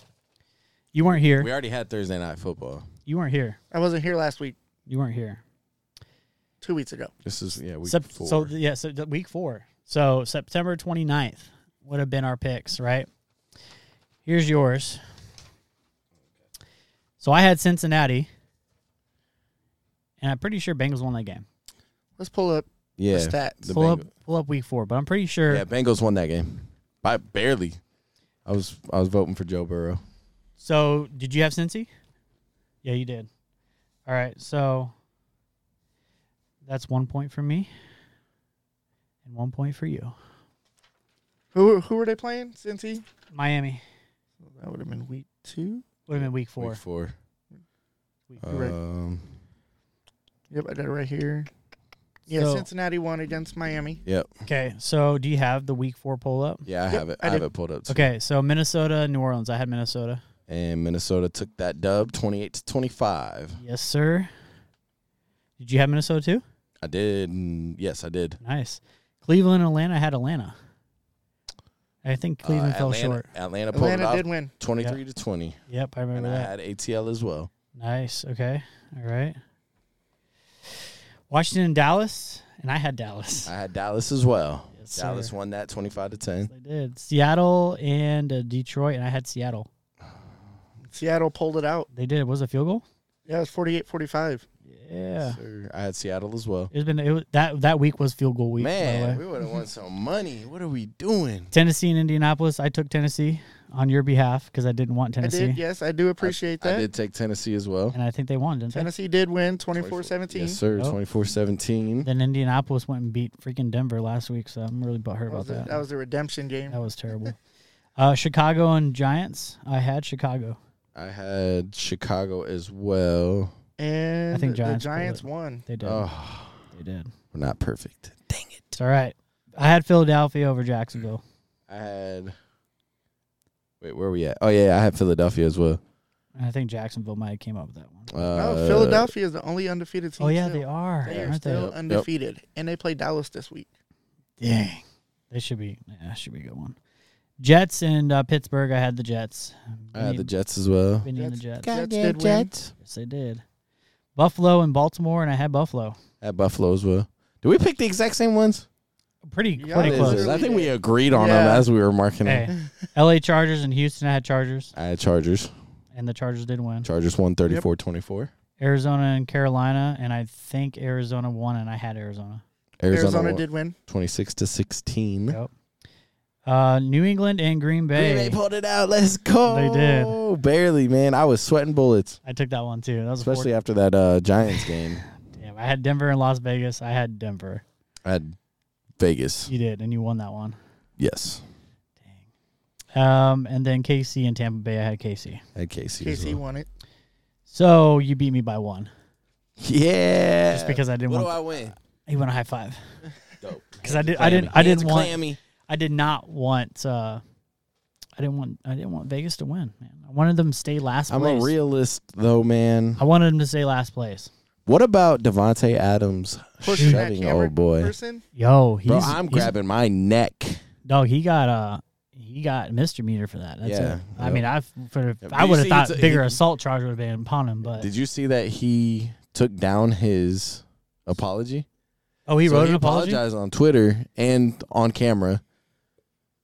C: You weren't here.
D: We already had Thursday night football.
C: you weren't here.
E: I wasn't here last week,
C: You weren't here.
E: two weeks ago.
D: This is yeah, week
C: Sep-
D: four.
C: So th- yeah, so th- week four. So September 29th would have been our picks, right? Here's yours. So I had Cincinnati, and I'm pretty sure Bengals won that game.
E: Let's pull up
D: yeah.
E: the stats.
D: The
C: pull
D: Bengals-
C: up, pull up week four, but I'm pretty sure.
D: Yeah, Bengals won that game. By barely. I was I was voting for Joe Burrow.
C: So, did you have Cincy? Yeah, you did. All right, so that's one point for me, and one point for you.
E: Who who were they playing? Cincy.
C: Miami
E: That would have been week two.
C: would have been week four.
D: Week four.
C: Week-
E: Right.
D: Um,
E: Yep, I got it right here. Yeah,
C: So-
E: Cincinnati won against Miami.
D: yep.
C: Okay, so do you have the week four pull up?
D: Yeah, I have it.
E: I
D: I, have
E: did.
D: it pulled up. Too.
C: Okay, so Minnesota, New Orleans. I had Minnesota.
D: And Minnesota took that dub 28 to 25.
C: Yes, sir. Did you have Minnesota too?
D: I did. mm, Yes, I did.
C: Nice. Cleveland, Atlanta. I had Atlanta. I think
D: Uh,
C: Cleveland fell
D: Atlanta-
C: short.
D: Atlanta pulled
E: Atlanta
D: it
E: did
D: off
E: win.
D: 23 to 20.
C: Yep, I
D: And
C: remember
D: I
C: that.
D: had ATL as well.
C: Nice. Okay. All right. Washington and Dallas, and I had Dallas.
D: I had Dallas as well.
C: Yes,
D: Dallas
C: sir.
D: won that 25 to 10.
C: They did. Seattle and uh, Detroit, and I had Seattle.
E: Seattle pulled it out.
C: They did. Was it a field goal?
E: Yeah, it was 48-45.
C: Yeah.
D: Sir, I had Seattle as well.
C: It's been it, was- that that week was field goal week. by the
D: Man,
C: way.
D: we would have won some money. What are we doing?
C: Tennessee and Indianapolis. I took Tennessee on your behalf because I didn't want
E: I
C: Tennessee,
E: did. Yes, I do appreciate
D: I
E: that.
D: did take Tennessee as well.
C: and I think they won, didn't
E: Tennessee did win
D: 24-17.
E: 24-17.
D: Yes, sir.
C: Oh.
D: 24 17.
C: they? Then Indianapolis went and beat freaking Denver last week, so I'm really butthurt
E: that,
C: about
E: was a,
C: that.
E: that was a redemption game.
C: That was terrible. uh, Chicago and Giants. I had Chicago.
D: I had Chicago as well.
E: And
C: I think Giants
E: the
C: pulled
E: Giants
C: it.
E: won.
C: They did.
D: Oh,
C: They did.
D: we're not perfect. Dang it.
C: It's all right. I had Philadelphia over Jacksonville.
D: I had. Wait, where are we at? Oh, yeah, I had Philadelphia as well.
C: And I think Jacksonville might have came up with that one.
E: No,
D: Uh,
E: Oh, Philadelphia is the only undefeated team.
C: Oh yeah,
E: still.
C: they are.
E: They are
C: aren't
E: still
D: Yep, yep.
E: undefeated, and they play Dallas this week.
C: they? Dang. They should be. Yeah, should be a good one. Jets and uh, Pittsburgh. I had the Jets.
D: I had the Jets as well.
C: Vinny and the
E: Jets.
C: Jets.
E: Jets did win.
C: Yes, they did. Buffalo and Baltimore, and I had Buffalo.
D: At Buffalo as well. Did we pick the exact same ones?
C: Pretty
E: Yeah,
C: pretty
E: it
C: close.
E: is.
D: I think we agreed on them
E: Yeah.
D: as we were marking them.
C: Hey, L.A. Chargers and Houston. I had Chargers,
D: I had Chargers.
C: and the Chargers did win.
D: Chargers won 34 24.
C: Arizona and Carolina, and I think Arizona won, and I had Arizona.
D: Arizona,
E: Arizona,
D: won
E: did win.
D: 26 to 16.
C: Yep. Uh, New England and Green Bay.
D: Green Bay pulled it out. Let's go.
C: They did.
D: Oh, barely, man. I was sweating bullets,
C: I took that one too. That was a
D: especially after that uh, Giants game.
C: four- damn. I had Denver and Las Vegas. I had Denver.
D: I had Vegas.
C: You did, and you won that one.
D: Yes.
C: Um, and then KC and Tampa Bay. I had KC.
D: I had KC. as
E: KC
D: well.
E: won it.
C: So you beat me by one
D: Yeah.
C: just because I didn't
D: What do
C: want.
D: I win?
C: you want a high five?
D: Dope.
C: Because I did. I didn't. I
D: Hands
C: didn't want.
D: clammy.
C: I did not want. Uh, I didn't want. I didn't want Vegas to win. Man, I wanted them to stay last
D: I'm
C: place.
D: a realist, though, man.
C: I wanted them to stay last place.
D: What about Devonte Adams
E: Pushing that
D: shutting
E: camera
D: old boy?
E: person.
C: Yo, he's,
D: Bro, I'm
C: he's-
D: grabbing my neck.
C: Dog, he got uh he got misdemeanor for that. That's
D: Yeah,
C: it. I
D: yep.
C: mean, I for
D: but
C: I
D: you
C: would have
D: see
C: thought
D: it's a-
C: bigger
D: he-
C: assault charge would have been upon him, but
D: Did you see that he took down his apology?
C: oh, he
D: So
C: wrote an apology.
D: apologized on Twitter and on camera.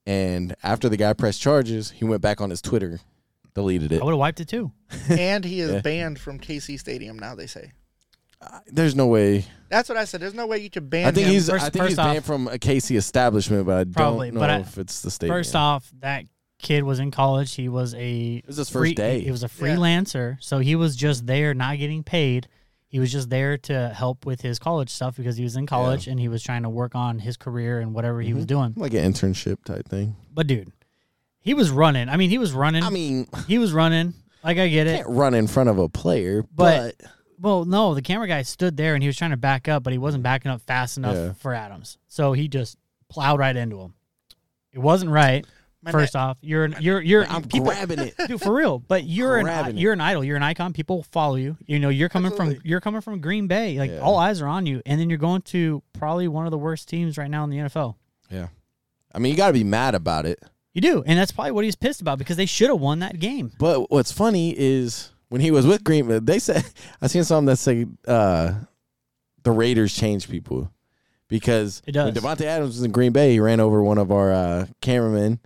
D: And after the guy pressed charges, he went back on his Twitter, deleted it.
C: I would have wiped it too.
E: and he is
D: Yeah.
E: banned from KC Stadium now. They say
D: Uh, There's no way.
E: that's what I said. There's no way you could ban.
D: I think
E: him.
D: he's
C: First-
D: I think
C: first
D: he's
C: off-
D: banned from a KC establishment, but I
C: Probably,
D: don't know
C: but I-
D: if it's the state.
C: First off, that kid was in college. He was a it
D: was his first
C: free,
D: day.
C: He, was a freelancer, so he was just there, not getting paid. He was just there to help with his college stuff because he was in college and he was trying to work on his career and whatever he was doing.
D: like an internship type thing.
C: But dude, he was running. I mean, he was running.
D: I mean, you
C: he was running. Like I get it.
D: can't run in front of a player,
C: But-
D: but,
C: Well, no, the camera guy stood there and he was trying to back up, but he wasn't backing up fast enough
D: Mm. Yeah.
C: for Adams. So he just plowed right into him. It wasn't right.
E: My
C: first off, you're an, you're you're
D: I'm
C: people
D: grabbing it.
C: dude, for real. But you're an
D: Grabbing it.
C: you're an idol. You're an icon. People follow you. You know you're coming from
E: Absolutely.
C: you're coming from Green Bay. Like
D: Yeah.
C: all eyes are on you, and then you're going to probably one of the worst teams right now in the NFL.
D: Yeah. I mean, you got to be mad about it.
C: You do, and that's probably what he's pissed about because they should have won that game.
D: But what's funny is when he was with Green, they said I seen something that say uh, the Raiders change people because
C: It does.
D: when Devontae Adams was in Green Bay, he ran over one of our uh, cameramen,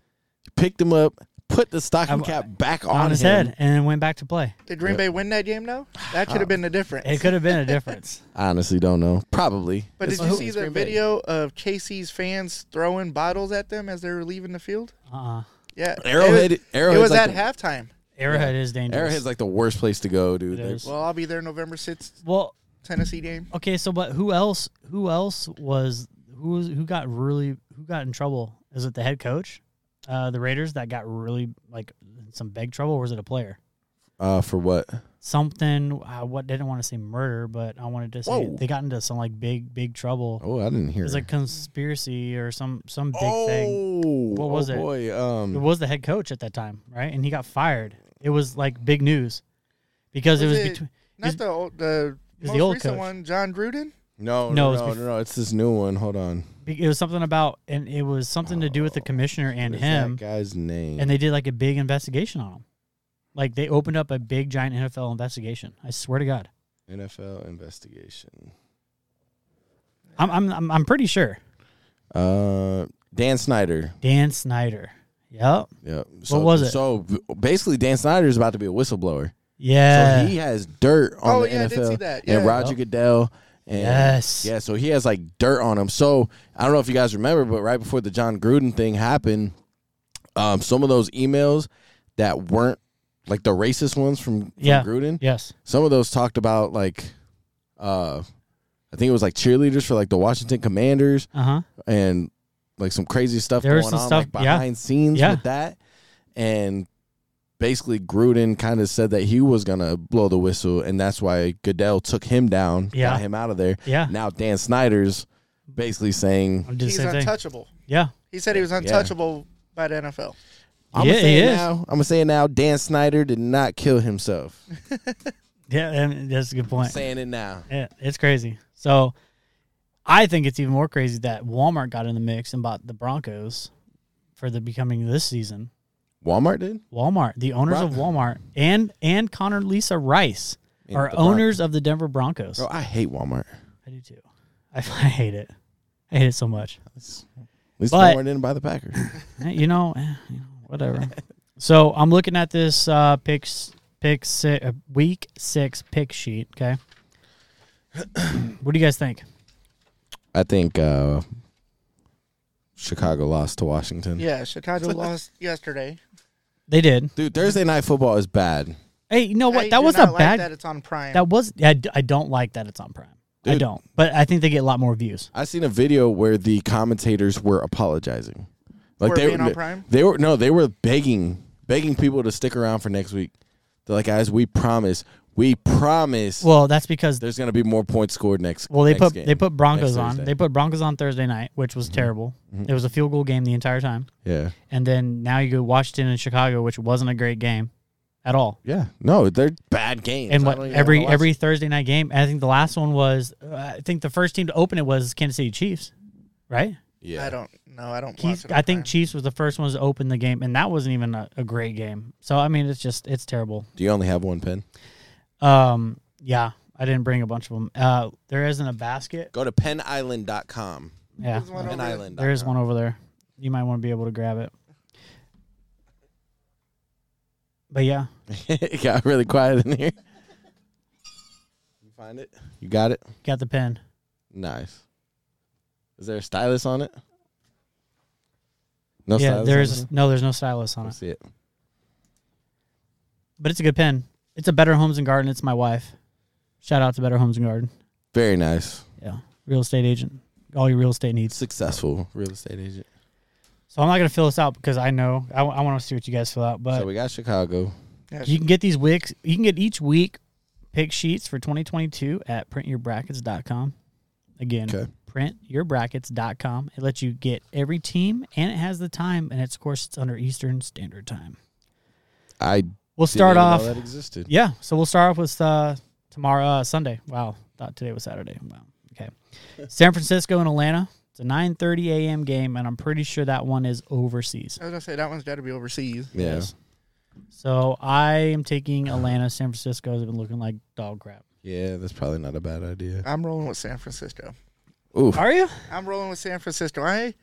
D: picked him up, put the stocking
C: I-
D: cap back on,
C: On, his
D: him.
C: head, and then went back to play.
E: Did Green Bay win that game? though? that could have been the difference.
C: It could have been a difference.
D: I honestly don't know. Probably.
E: But
D: It's-
E: did you
D: it's
E: see the
D: Green Bay.
E: video of KC's fans throwing bottles at them as they were leaving the field?
C: Uh, uh
E: Yeah, it was-
D: Arrowhead.
E: It
D: Arrowhead's
E: was
D: like
E: at
D: the,
E: halftime.
C: Arrowhead is dangerous.
D: Arrowhead's like the worst place to go, dude.
C: It
D: They-
C: is.
E: Well, I'll be there November sixth,
C: well,
E: Tennessee game.
C: Okay, so but who else? Who else was who? Was, who got really? Who got in trouble? Is it the head coach, uh, the Raiders that got really like in some big trouble, or was it a player?
D: Uh, for what?
C: Something. I what didn't want to say murder, but I wanted to say
D: Whoa.
C: they got into some like big big trouble.
D: Oh, I didn't
C: It
D: hear.
C: was a conspiracy or some some big
D: oh,
C: thing. What was
D: oh
C: it?
D: Boy,
C: It
D: um,
C: was the head coach at that time, right? And he got fired. It was like big news because it
E: Was
C: was
E: it-
C: between.
E: Not the old, the
C: was the
E: most
C: old
E: recent
C: coach.
E: one, John Gruden.
D: No,
C: No,
D: no,
C: it's
D: no, no,
C: bef-
D: no, It's this new one. Hold on.
C: Be- It was something about, and it was something to do with the commissioner and
D: What is
C: him,
D: that guy's name.
C: and they did like a big investigation on him. Like they opened up a big giant NFL investigation. I swear to God,
D: NFL investigation.
C: I'm I'm I'm, I'm pretty sure
D: Uh, Dan Snyder.
C: Dan Snyder. Yep.
D: Yep. So,
C: was it?
D: So b- basically, Dan Snyder is about to be a whistleblower.
C: Yeah.
D: so he has dirt on
E: Oh,
D: the
E: yeah, I
D: NFL
E: did see that.
D: and
E: Yeah.
D: Roger Goodell. And
C: Yes.
D: Yeah, so he has like dirt on him. So I don't know if you guys remember, but right before the John Gruden thing happened, um, some of those emails that weren't like the racist ones from, from
C: Yeah.
D: Gruden,
C: yes.
D: some of those talked about like, uh, I think it was like cheerleaders for like the Washington Commanders
C: Uh huh.
D: and like some crazy stuff
C: There was
D: going
C: some
D: on
C: stuff-
D: like
C: yeah.
D: behind scenes
C: Yeah.
D: with that. And basically Gruden kind of said that he was gonna blow the whistle and that's why Goodell took him down,
C: Yeah.
D: got him out of there.
C: Yeah.
D: Now Dan Snyder's basically saying
C: I'm
E: He's
C: just the same thing.
E: untouchable.
C: Yeah.
E: He said he was untouchable by the NFL.
D: I'm
C: Yeah,
D: gonna
C: he
D: say it
C: is.
D: now. I'm gonna say it now, Dan Snyder did not kill himself.
C: Yeah. and that's a good point.
D: saying it now.
C: Yeah, it's crazy. So I think it's even more crazy that Walmart got in the mix and bought the Broncos for the becoming this season.
D: Walmart did?
C: Walmart, the owners of
D: Bron-
C: Walmart and and Connor Lisa Rice
D: And
C: are
D: the Bron-
C: owners of the Denver Broncos.
D: Bro, I hate Walmart.
C: I do too. I, I hate it. I hate it so much.
D: At least
C: But-
D: Walmart didn't buy the Packers.
C: Eh, you know, eh, you know, whatever. so I'm looking at this uh, picks pick si- uh, week six pick sheet. Okay, what do you guys think?
D: I think uh, Chicago lost to Washington.
E: Yeah, Chicago lost yesterday.
C: They did.
D: Dude, Thursday night football is bad.
C: Hey, you know Oh, what?
E: I
C: that
E: do
C: was
E: not
C: a
E: like
C: bad.
E: That it's on Prime.
C: That was I, d- I don't like that it's on Prime. I
D: Dude.
C: don't, but I think they get a lot more views.
D: I seen a video where the commentators were apologizing. Like
E: For
D: they
E: being
D: were
E: on Prime?
D: They were no, they were begging begging people to stick around for next week. They're like, guys, we promise. We promise
C: Well, that's because
D: there's gonna be more points scored next
C: well they
D: next
C: put
D: game,
C: they put Broncos
D: next
C: on.
D: Thursday." Mm-hmm.
C: They put Broncos on Thursday night, which was terrible. It was a field goal game the entire time,
D: Yeah.
C: and then now you go Washington and Chicago, which wasn't a great game at all.
D: Yeah. No, they're bad games.
C: And
D: I
C: what
D: don't even
C: every
D: wanna watch
C: every
D: it.
C: Thursday night game, I think the last one was uh, I think the first team to open it was Kansas City Chiefs, right?
D: yeah.
E: I don't know. I don't.
C: Keith,
E: Watch it on
C: I think
E: Prime.
C: Chiefs was the first ones to open the game, and that wasn't even a, a great game. So I mean, it's just it's terrible.
D: Do you only have one pen?
C: Um, yeah, I didn't bring a bunch of them. Uh, there isn't a basket.
D: Go to penisland.com.
C: Yeah,
E: There's one over there.
D: Penisland.
C: there is one over there. You might want to be able to grab it. But yeah,
D: it got really quiet in here. You find it? You got it?
C: got the pen.
D: Nice. Is there a stylus on it? No
C: yeah,
D: stylus.
C: there
D: on
C: is
D: it?
C: no, there's no stylus on
D: I
C: it,
D: see it.
C: but it's a good pen. It's a Better Homes and Garden. It's my wife. Shout out to Better Homes and Garden.
D: Very nice.
C: Yeah, real estate agent. All your real estate needs.
D: Successful real estate agent.
C: So I'm not gonna fill this out because I know I, want to see what you guys fill out. But
D: so we got Chicago.
E: Yeah,
C: You can get these wicks. You can get each week pick sheets for 2022 at printyourbrackets.com. Again,
D: Okay.
C: printyourbrackets.com. It lets you get every team and it has the time and it's of course it's under Eastern Standard Time.
D: I
C: We'll
D: didn't even
C: start
D: know
C: off
D: that existed.
C: Yeah, so we'll start off with uh tomorrow uh, Sunday. Wow, thought today was Saturday. Wow. Okay. San Francisco and Atlanta. It's a 9:30 a.m. game and I'm pretty sure that one is overseas.
E: I was gonna say that one's got to be overseas.
D: Yeah.
C: So I am taking Atlanta. San Francisco has been looking like dog crap.
D: Yeah, that's probably not a bad idea.
E: I'm rolling with San Francisco.
D: Oof.
C: Are you?
E: I'm rolling with San Francisco. I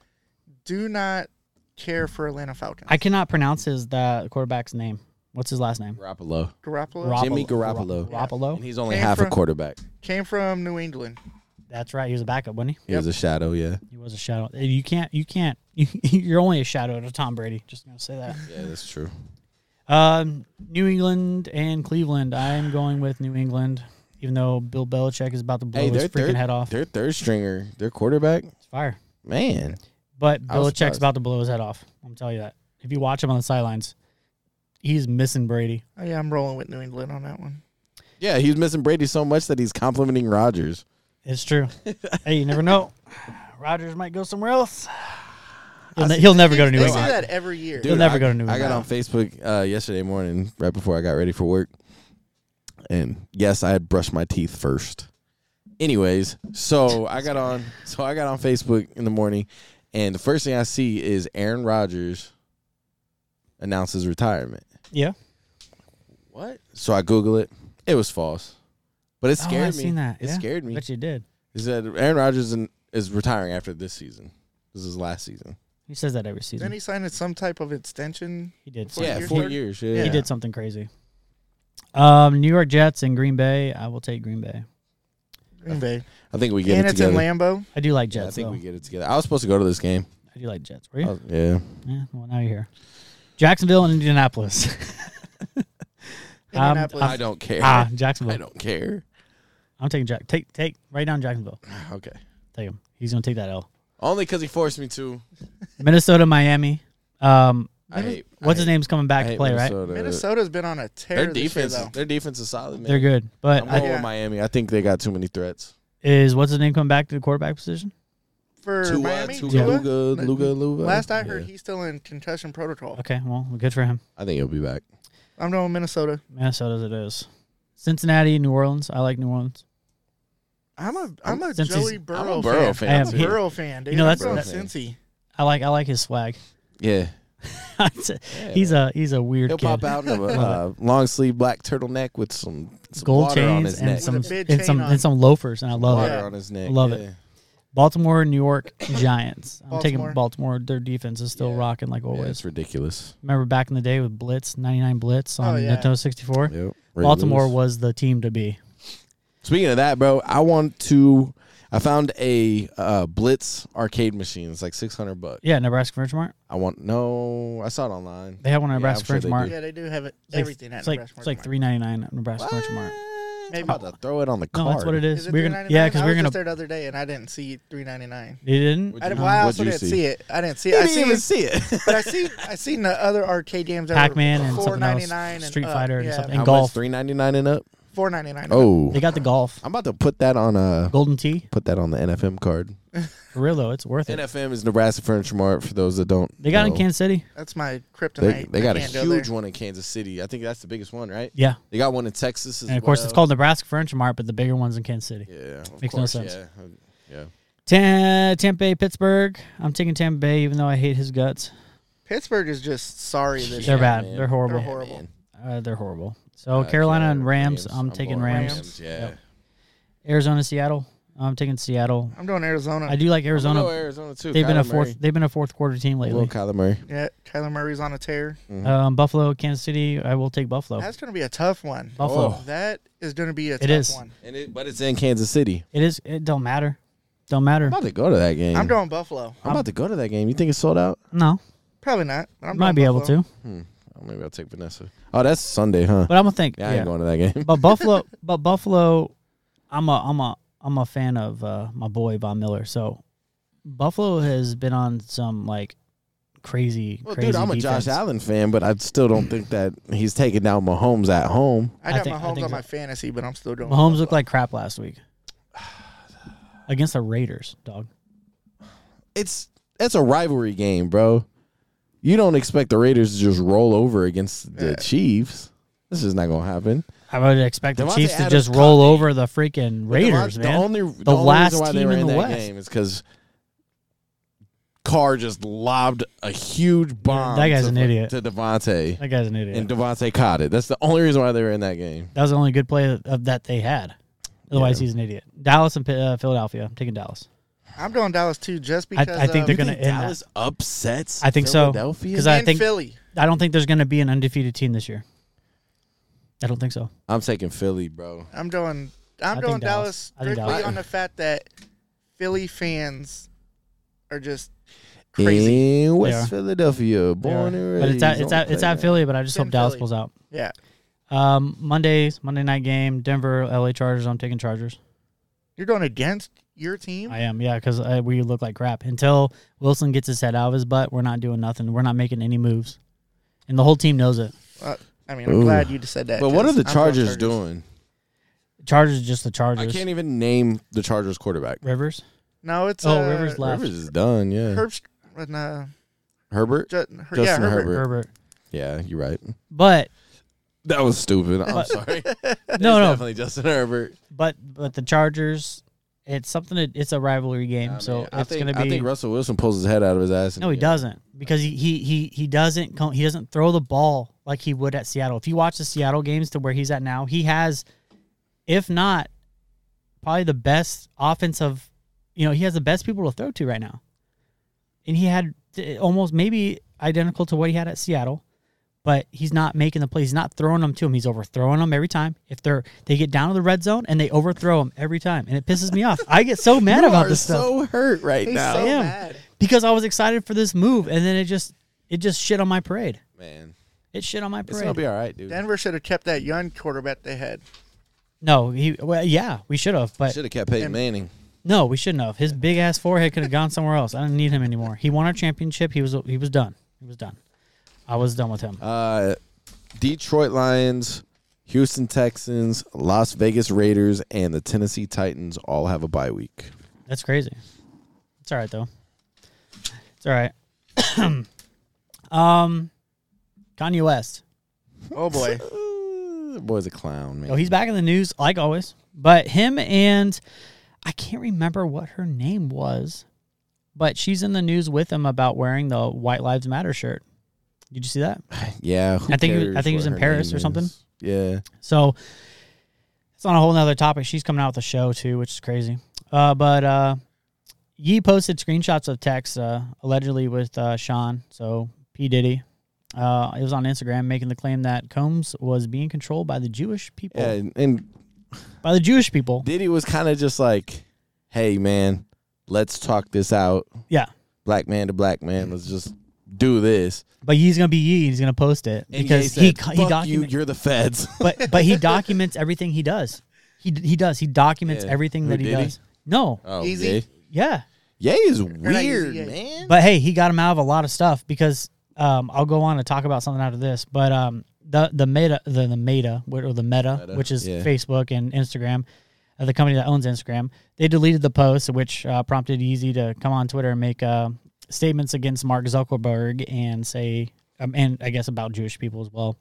E: do not care for Atlanta Falcons.
C: I cannot pronounce his the quarterback's name. What's his last name?
D: Garoppolo.
E: Garoppolo
C: Garoppolo.
D: Jimmy Garoppolo.
C: Garoppolo.
D: And he's only
E: Came
D: half a
E: from-
D: quarterback.
E: came from New England.
C: That's right. He was a backup, wasn't he?
D: He was a shadow, yeah.
C: He was a shadow. You can't. You can't. You're only a shadow to Tom Brady. Just gonna say that.
D: Yeah, that's true.
C: Um, New England and Cleveland. I am going with New England, even though Bill Belichick is about to blow
D: Hey,
C: his
D: their
C: freaking
D: third
C: head off.
D: Their third stringer, their quarterback,
C: It's fire.
D: man.
C: But
D: I was
C: Belichick's
D: surprised.
C: about to blow his head off. I'm telling you that. If you watch him on the sidelines, he's missing Brady.
E: Oh, yeah, I'm rolling with New England on that one.
D: Yeah, he's missing Brady so much that he's complimenting Rodgers.
C: It's true. hey, you never know. Rodgers might go somewhere else. He'll, ne- he'll never go to New
E: They
C: England.
E: say that every year.
C: He'll never
D: I,
C: go to New
D: I got
C: England.
D: on Facebook uh, yesterday morning, right before I got ready for work, and yes, I had brushed my teeth first Anyways, so I got on so I got on Facebook in the morning and the first thing I see is Aaron Rodgers announces retirement.
C: Yeah.
D: What? So I Google it. It was false. But it scared
C: oh,
D: me.
C: I've seen that.
D: It
C: yeah.
D: scared me.
C: Bet you did.
D: He said Aaron Rodgers in- is retiring after this season. This is his last season.
C: He says that every
E: Then
C: season.
E: he signed some type of extension.
C: he did.
E: Four
D: yeah,
E: years?
D: four years. Yeah.
C: He did something crazy. Um, New York Jets and Green Bay. I will take Green Bay.
E: Green Bay.
D: I think we get
E: And
D: it
E: it's
D: together.
E: in Lambo.
C: I do like
D: Yeah,
C: Jets.
D: I think
C: though.
D: we get it together. I was supposed to go to this game.
C: I do like Jets. Were
D: I
C: you?
D: was- yeah.
C: yeah. Well, now you're here. Jacksonville and Indianapolis. Um,
E: Indianapolis.
D: I uh, don't care.
C: ah,
D: I
C: Jacksonville.
D: don't care.
C: I'm taking Jack. Take take right down Jacksonville.
D: Okay.
C: Take him. He's gonna take that L.
D: Only because he forced me to.
C: Minnesota, Miami. Um,
D: I hate.
C: what's his
D: I hate-
C: name's coming back
D: I
C: to
D: hate
C: play, right?
D: Minnesota.
E: Minnesota's been on a tear.
D: Their
E: this year,
D: defense.
E: though.
D: Is, their defense is solid. Man.
C: They're good, but
D: I'm
C: I,
D: going with Miami. I think they got too many threats.
C: is what's his name coming back to the quarterback position?
E: For
D: Tua,
E: Miami,
D: Tua,
E: Tua?
D: Luga,
E: N-
D: Luga, Luga.
E: Last I heard,
D: Yeah.
E: he's still in concussion protocol.
C: Okay, well, good for him.
D: I think he'll be back.
E: I'm going Minnesota.
C: Minnesota's it is. Cincinnati, New Orleans. I like New Orleans.
E: I'm a I'm a
C: Since he's-
E: Joey Burrow,
D: I'm a Burrow
E: fan.
D: fan.
C: I am.
E: I'm a Burrow fan. Dude.
C: You know,
E: I'm
C: that's-
E: from
D: that's-
E: Cincy.
C: I like I like his swag.
D: Yeah.
C: he's a he's a weird
D: He'll
C: kid.
D: pop out in a uh, long sleeve black turtleneck with some, some
C: Gold
D: water on
C: chains
D: his
C: and
D: neck.
C: some
E: With a big
C: and
E: chain
C: some
E: on.
C: and some loafers, and I love
D: water
C: it.
E: Yeah.
D: on his neck.
C: Love it.
D: yeah.
C: Baltimore, New York Giants. I'm taking
E: Baltimore.
C: Baltimore. Their defense is still
D: Yeah.
C: rocking like
D: Yeah,
C: always.
D: it's ridiculous.
C: Remember back in the day with Blitz, 99 Blitz on
E: Oh, yeah.
C: Nintendo 64?
D: Yep.
C: Baltimore
D: Ray Lewis.
C: was the team to be.
D: Speaking of that, bro, I want to. I found a uh, Blitz arcade machine. It's like six hundred bucks.
C: Yeah, Nebraska Furniture Mart.
D: I want no. I saw it online.
C: They had one at
D: Yeah,
C: Nebraska
D: I'm
C: Furniture
D: sure they
C: Mart.
D: do.
E: Yeah, they do have it.
C: It's like-
E: Everything at
C: it's like
E: Nebraska
C: it's like
E: Market.
C: 3.99 at Nebraska Furniture Mart.
D: I'm
E: Maybe.
D: about to throw it on the
C: No,
D: card.
C: that's what it is.
E: Is it
C: we're
E: three
C: gonna
E: ninety nine?
C: yeah, because
E: I
C: we're
E: was
C: gonna.
E: just there the other day and I didn't see three ninety nine.
C: They didn't.
D: Would
E: I
D: you-
E: didn't, well,
D: What'd
E: I also
D: you
E: didn't
D: see?
E: see? it. I didn't see it.
D: I
E: I
D: didn't
E: seen
D: even see it.
E: but I seen I seen the other arcade games. that were
C: Pac-Man and something else,
E: 4.99 and
C: Street
E: up.
C: Fighter and
E: yeah,
C: something.
D: How much?
C: golf.
D: Three ninety nine and up.
E: Four ninety nine.
D: Oh,
C: They got the golf.
D: I'm about to put that on a
C: Golden Tee.
D: put that on the NFM card.
C: For real though, it's worth it.
D: NFM is Nebraska Furniture Mart. For those that don't,
C: They got it
D: know.
C: in Kansas City.
E: that's my
D: They,
E: kryptonite.
D: they
E: I
D: got a
E: can't go there.
D: huge one in Kansas City. I think that's the biggest one, right?
C: Yeah.
D: They got one in Texas as
C: And of course it's
D: well.
C: called Nebraska Furniture Mart, but the bigger one's in Kansas City.
D: Yeah, of
C: Makes no
D: course,
C: sense.
D: Yeah, yeah.
C: Tam- Tampa Bay, Pittsburgh. I'm taking Tampa Bay, even though I hate his guts.
E: Pittsburgh is just sorry this
C: They're
E: year.
C: bad.
D: man.
C: They're horrible.
E: They're horrible.
D: Man.
C: Uh, they're horrible. So
D: Uh,
C: Carolina and
D: Carolina,
C: Rams. I'm, taking
D: going
C: Rams.
D: Yeah.
C: Yep. Arizona, Seattle. I'm taking Seattle.
E: I'm doing Arizona.
C: I do like
D: Arizona,
C: Arizona.
D: Arizona too.
C: They've been a
D: Kyler
C: fourth.
D: Murray.
C: They've been a fourth quarter team
D: Little
C: lately.
D: Kyler Murray.
E: yeah, Kyler Murray's on a tear.
C: Um, Buffalo, Kansas City. I will take Buffalo.
E: That's going to be a tough one.
C: Buffalo.
D: Oh.
E: That is going to be a tough
C: is.
E: one.
D: And it, but it's in Kansas City.
C: It is. It don't matter. Don't matter.
D: I'm about to go to that game.
E: I'm doing Buffalo.
D: I'm about to go to that game. You think it's sold out?
C: No,
E: Probably not. But I'm
C: might
E: doing
C: be
E: Buffalo.
C: able to.
D: Oh, maybe I'll take Vanessa. Oh, that's Sunday, huh?
C: But I'm gonna think.
D: Yeah, I
C: yeah.
D: ain't going to that game.
C: But Buffalo. but Buffalo. I'm a. I'm a. I'm a fan of uh, my boy Von Miller. So Buffalo has been on some like crazy.
D: Well,
C: crazy
D: dude, I'm a
C: defense.
D: Josh Allen fan, but I still don't think that he's taking down Mahomes at home.
E: I
C: I
E: got
C: think- I
E: my Mahomes
C: think
E: on my
C: so.
E: fantasy, but I'm still doing
C: Mahomes looked like crap last week against the Raiders, dog.
D: It's it's a rivalry game, bro. You don't expect the Raiders to just roll over against the Chiefs. This is not gonna happen.
C: I would expect the
D: Devontae
C: Chiefs to
D: Adams
C: just
D: caught
C: roll
D: eight.
C: over the freaking Raiders,
D: the,
C: man.
D: The only the, only
C: last
D: reason why they
C: team
D: were
C: in
D: in,
C: the
D: that
C: West.
D: game is because Carr just lobbed a huge bomb.
C: that guy's
D: to,
C: an idiot.
D: to Devontae,
C: that guy's an idiot.
D: and Devontae caught it. That's the only reason why they were in that game.
C: that was the only good play of that they had. Otherwise, he's an idiot. Dallas and P- uh, Philadelphia. I'm taking Dallas.
E: I'm doing Dallas too, just
C: I
E: because
C: think
E: of-
C: they're gonna end that.
D: Dallas upsets.
C: I think so,
D: Philadelphia?
C: 'cause I
E: in
C: think-
E: Philly.
C: I don't think there's going to be an undefeated team this year. I don't think so.
D: I'm taking Philly, bro.
E: I'm doing.
C: I
E: I'm
C: think
E: doing
C: Dallas.
E: Dallas
C: I think
E: strictly
C: Dallas.
E: on the fact that Philly fans are just
D: In
E: crazy.
C: They are.
D: West Philadelphia,
C: They are.
D: born and raised.
C: But it's at it's
D: on
C: at, it's at
D: playground.
C: Philly. But I just
E: It's in
C: hope Dallas
E: Philly.
C: pulls out.
E: Yeah,
C: Um, Mondays Monday night game. Denver LA Chargers. I'm taking Chargers.
E: you're going against your team.
C: I am yeah because we look like crap until Wilson gets his head out of his butt. We're not doing nothing. We're not making any moves, and the whole team knows it.
E: Uh, I mean, I'm
D: Ooh.
E: glad you just said that.
D: But what are
E: 'cause
D: the
E: I'm going
D: Chargers doing?
C: Chargers is just the Chargers.
D: I can't even name the Chargers quarterback.
C: Rivers.
E: No, it's
C: Oh,
E: uh,
C: Rivers left.
D: Rivers is done. Yeah,
E: Herbst, uh, no,
D: Herbert.
E: Ju- Her- yeah,
D: Justin
E: Herbert.
D: Herbert.
C: Herbert.
D: Yeah, you're right.
C: But
D: That was stupid. I'm
C: But-
D: sorry.
C: no, no.
D: definitely Justin Herbert.
C: But but the Chargers It's something. That, it's a rivalry game,
D: I mean,
C: so
D: I
C: it's
D: think,
C: going to
D: I
C: be.
D: think Russell Wilson pulls his head out of his ass. in
C: no,
D: the
C: he
D: game.
C: doesn't because he he he he doesn't come, he doesn't throw the ball like he would at Seattle. If you watch the Seattle games to where he's at now, he has, if not, probably the best offensive. You know, he has the best people to throw to right now, and he had eh, almost maybe identical to what he had at Seattle. But he's not making the plays. He's not throwing them to him. He's overthrowing them every time. If they're they get down to the red zone and they overthrow him every time, and it pisses me off. I get so mad
D: You
C: about
D: are
C: this stuff
D: so hurt right
E: He's
D: now,
E: so
C: Damn.
E: mad.
C: because I was excited for this move, and then it just it just shit on my parade.
D: man.
C: It shit on my
D: It's gonna
C: parade.
D: be all right, dude.
E: Denver should have kept that young quarterback they had.
C: no, he well, yeah, we should have, but
D: Should have kept Peyton Manning.
C: no, we shouldn't have. His big ass forehead could have gone somewhere else. I didn't need him anymore. He won our championship. He was he was done. He was done. I was done with him.
D: Uh, Detroit Lions, Houston Texans, Las Vegas Raiders, and the Tennessee Titans all have a bye week.
C: That's crazy. It's all right though. It's all right. um, Kanye West.
E: Oh boy.
D: Uh, boy's a clown, man.
C: Oh, he's back in the news like always. But him and I can't remember what her name was, but she's in the news with him about wearing the White Lives Matter shirt. Did you see that?
D: yeah, who
C: I think he was-
D: cares
C: I think he
D: what
C: was in
D: her
C: Paris
D: name
C: or something.
D: is? Yeah,
C: So it's on a whole nother topic. She's coming out with a show too, which is crazy. Uh, but uh, Yee posted screenshots of texts uh, allegedly with uh, Sean, so P Diddy. Uh, it was on Instagram making the claim that Combs was being controlled by the Jewish people.
D: yeah, and, and
C: By the Jewish people.
D: Diddy was kind of just like, "Hey, man, let's talk this out,
C: Yeah.
D: black man to black man. Let's just do this."
C: But he's gonna be Yee. He's gonna post it
D: And
C: because
D: Ye
C: he
D: said,
C: co- he
D: Fuck you,
C: document,
D: you're the feds.
C: but but he documents everything he does. He d- he does. He documents
D: Yeah.
C: everything
D: Who,
C: that he
D: did he?
C: does. No,
D: oh,
E: Easy.
D: Ye.
C: yeah,
D: Ye is
E: not Ye,
D: weird,
E: Ye.
D: man.
C: but hey, he got him out of a lot of stuff because um, I'll go on to talk about something out of this. But um, the the meta the the meta wh- or the meta,
D: Meta,
C: which is
D: yeah.
C: Facebook and Instagram, uh, the company that owns Instagram, they deleted the post, which uh, prompted Easy to come on Twitter and make uh, statements against Mark Zuckerberg and say, um, and I guess about Jewish people as well.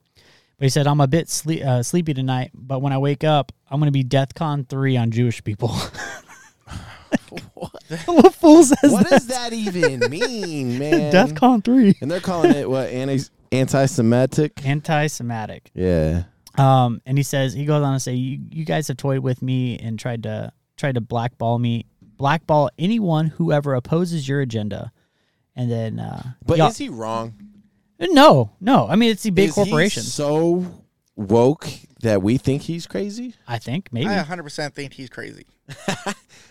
C: But he said, "I'm a bit sleep, uh, sleepy tonight, but when I wake up, I'm going to be DeathCon three on Jewish people." what? fool says
D: what
C: that?
D: does that even mean, man?
C: DeathCon three.
D: And they're calling it what anti anti-Semitic?
C: anti-Semitic.
D: Yeah.
C: Um, and he says he goes on to say, you, "You guys have toyed with me and tried to tried to blackball me, blackball anyone whoever opposes your agenda." And then, uh,
D: But
C: y'all-
D: is he wrong?
C: no, no. I mean, it's the big
D: Is he
C: corporations.
D: so woke that we think he's crazy.
C: I think maybe,
E: I 100% think he's crazy.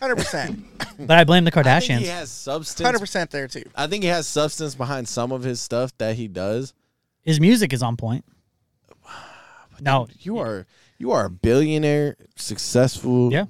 E: 100%.
C: but I blame the
D: I think
C: Kardashians.
D: he has substance.
E: 100% there too.
D: I think he has substance behind some of his stuff that he does.
C: His music is on point. No,
D: You are you are a billionaire, successful,
C: yeah,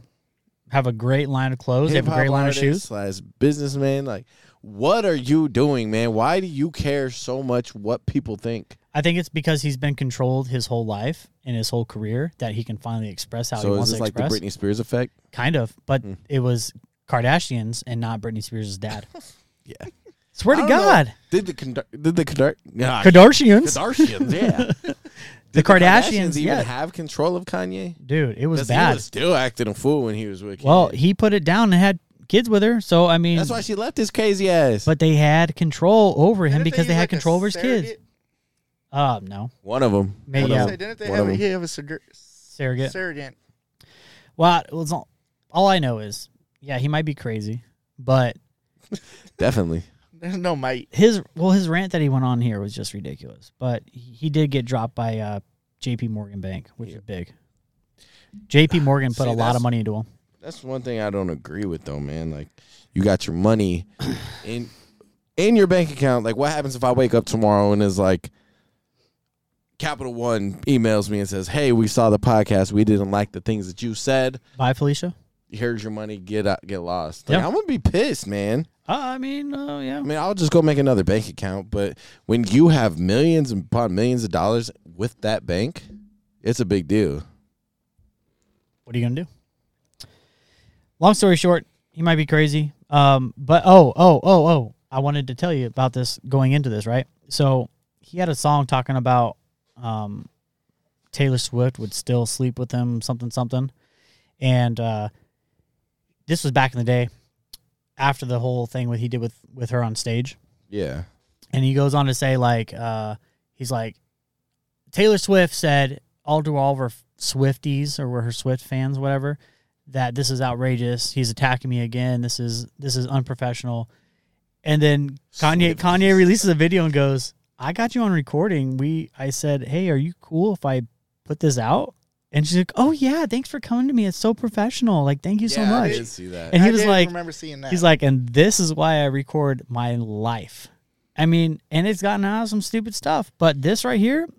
C: have a great line of clothes. They have a
D: hip-hop
C: great line of
D: artist
C: shoes.
D: slash businessman. Like, what are you doing, man? Why do you care so much what people think?
C: I think it's because he's been controlled his whole life and his whole career that he can finally express how Oh, he
D: so is
C: wants
D: this
C: to
D: like the
C: express.
D: Britney Spears effect?
C: Kind of, but it was Kardashians and not Britney Spears' dad.
D: Yeah.
C: Swear to
D: I don't know.
C: God.
D: Did the condu- did the condu- nah,
C: Kardashians?
D: Kardashians, yeah.
C: the Kardashians,
D: even
C: yeah.
D: have control of Kanye?
C: Dude, it was
D: Because he
C: bad.
D: was still acting a fool when he was with. Kanye.
C: well, he put it down and had kids with her, so I mean
D: that's why she left his crazy ass.
C: but they had control over him
E: Didn't
C: because they had
E: use, like, a
C: control over his kids.
E: surrogate?
C: Uh no.
D: one of them,
C: Maybe,
E: I was
C: yeah.
E: gonna say, didn't they
D: One
E: have,
D: of 'em.
E: he have a surg-
C: Surrogate.
E: surrogate?
C: well, it was all, all I know is yeah, he might be crazy, but
D: definitely.
E: There's no might.
C: his well his rant that he went on here was just ridiculous but he- he did get dropped by uh jp morgan bank which is big jp morgan put
D: See,
C: a lot
D: that's-
C: of money into him
D: That's one thing I don't agree with, though, man. Like, you got your money in in your bank account. Like, what happens if I wake up tomorrow and is like, Capital One emails me and says, "Hey, we saw the podcast. We didn't like the things that you said.
C: bye felicia
D: Here's your money. Get out, get lost." Like,
C: Yeah.
D: I'm gonna be pissed, man.
C: uh, i mean uh, yeah
D: I mean, I'll just go make another bank account. But when you have millions upon millions of dollars with that bank, it's a big deal.
C: what are you gonna do long story short he might be crazy um but oh oh oh oh i wanted to tell you about this going into this right so he had a song talking about um taylor swift would still sleep with him something something and uh This was back in the day, after the whole thing with he did with with her on stage,
D: Yeah.
C: and he goes on to say like, uh, he's like, Taylor Swift said all to all of her Swifties or were her Swift fans, whatever, that this is outrageous. He's attacking me again. This is this is unprofessional. And then Kanye Kanye releases a video and goes, "I got you on recording. We I said, hey, are you cool if I put this out?" And she's like, "Oh yeah, thanks for coming to me. It's so professional. Like, thank you so
D: Yeah, I
C: much."
D: did see that.
C: And he
E: I
C: was
E: didn't
C: like,
E: remember seeing that.
C: He's like, and this is why I record my life. I mean, and it's gotten out of some stupid stuff, but this right here,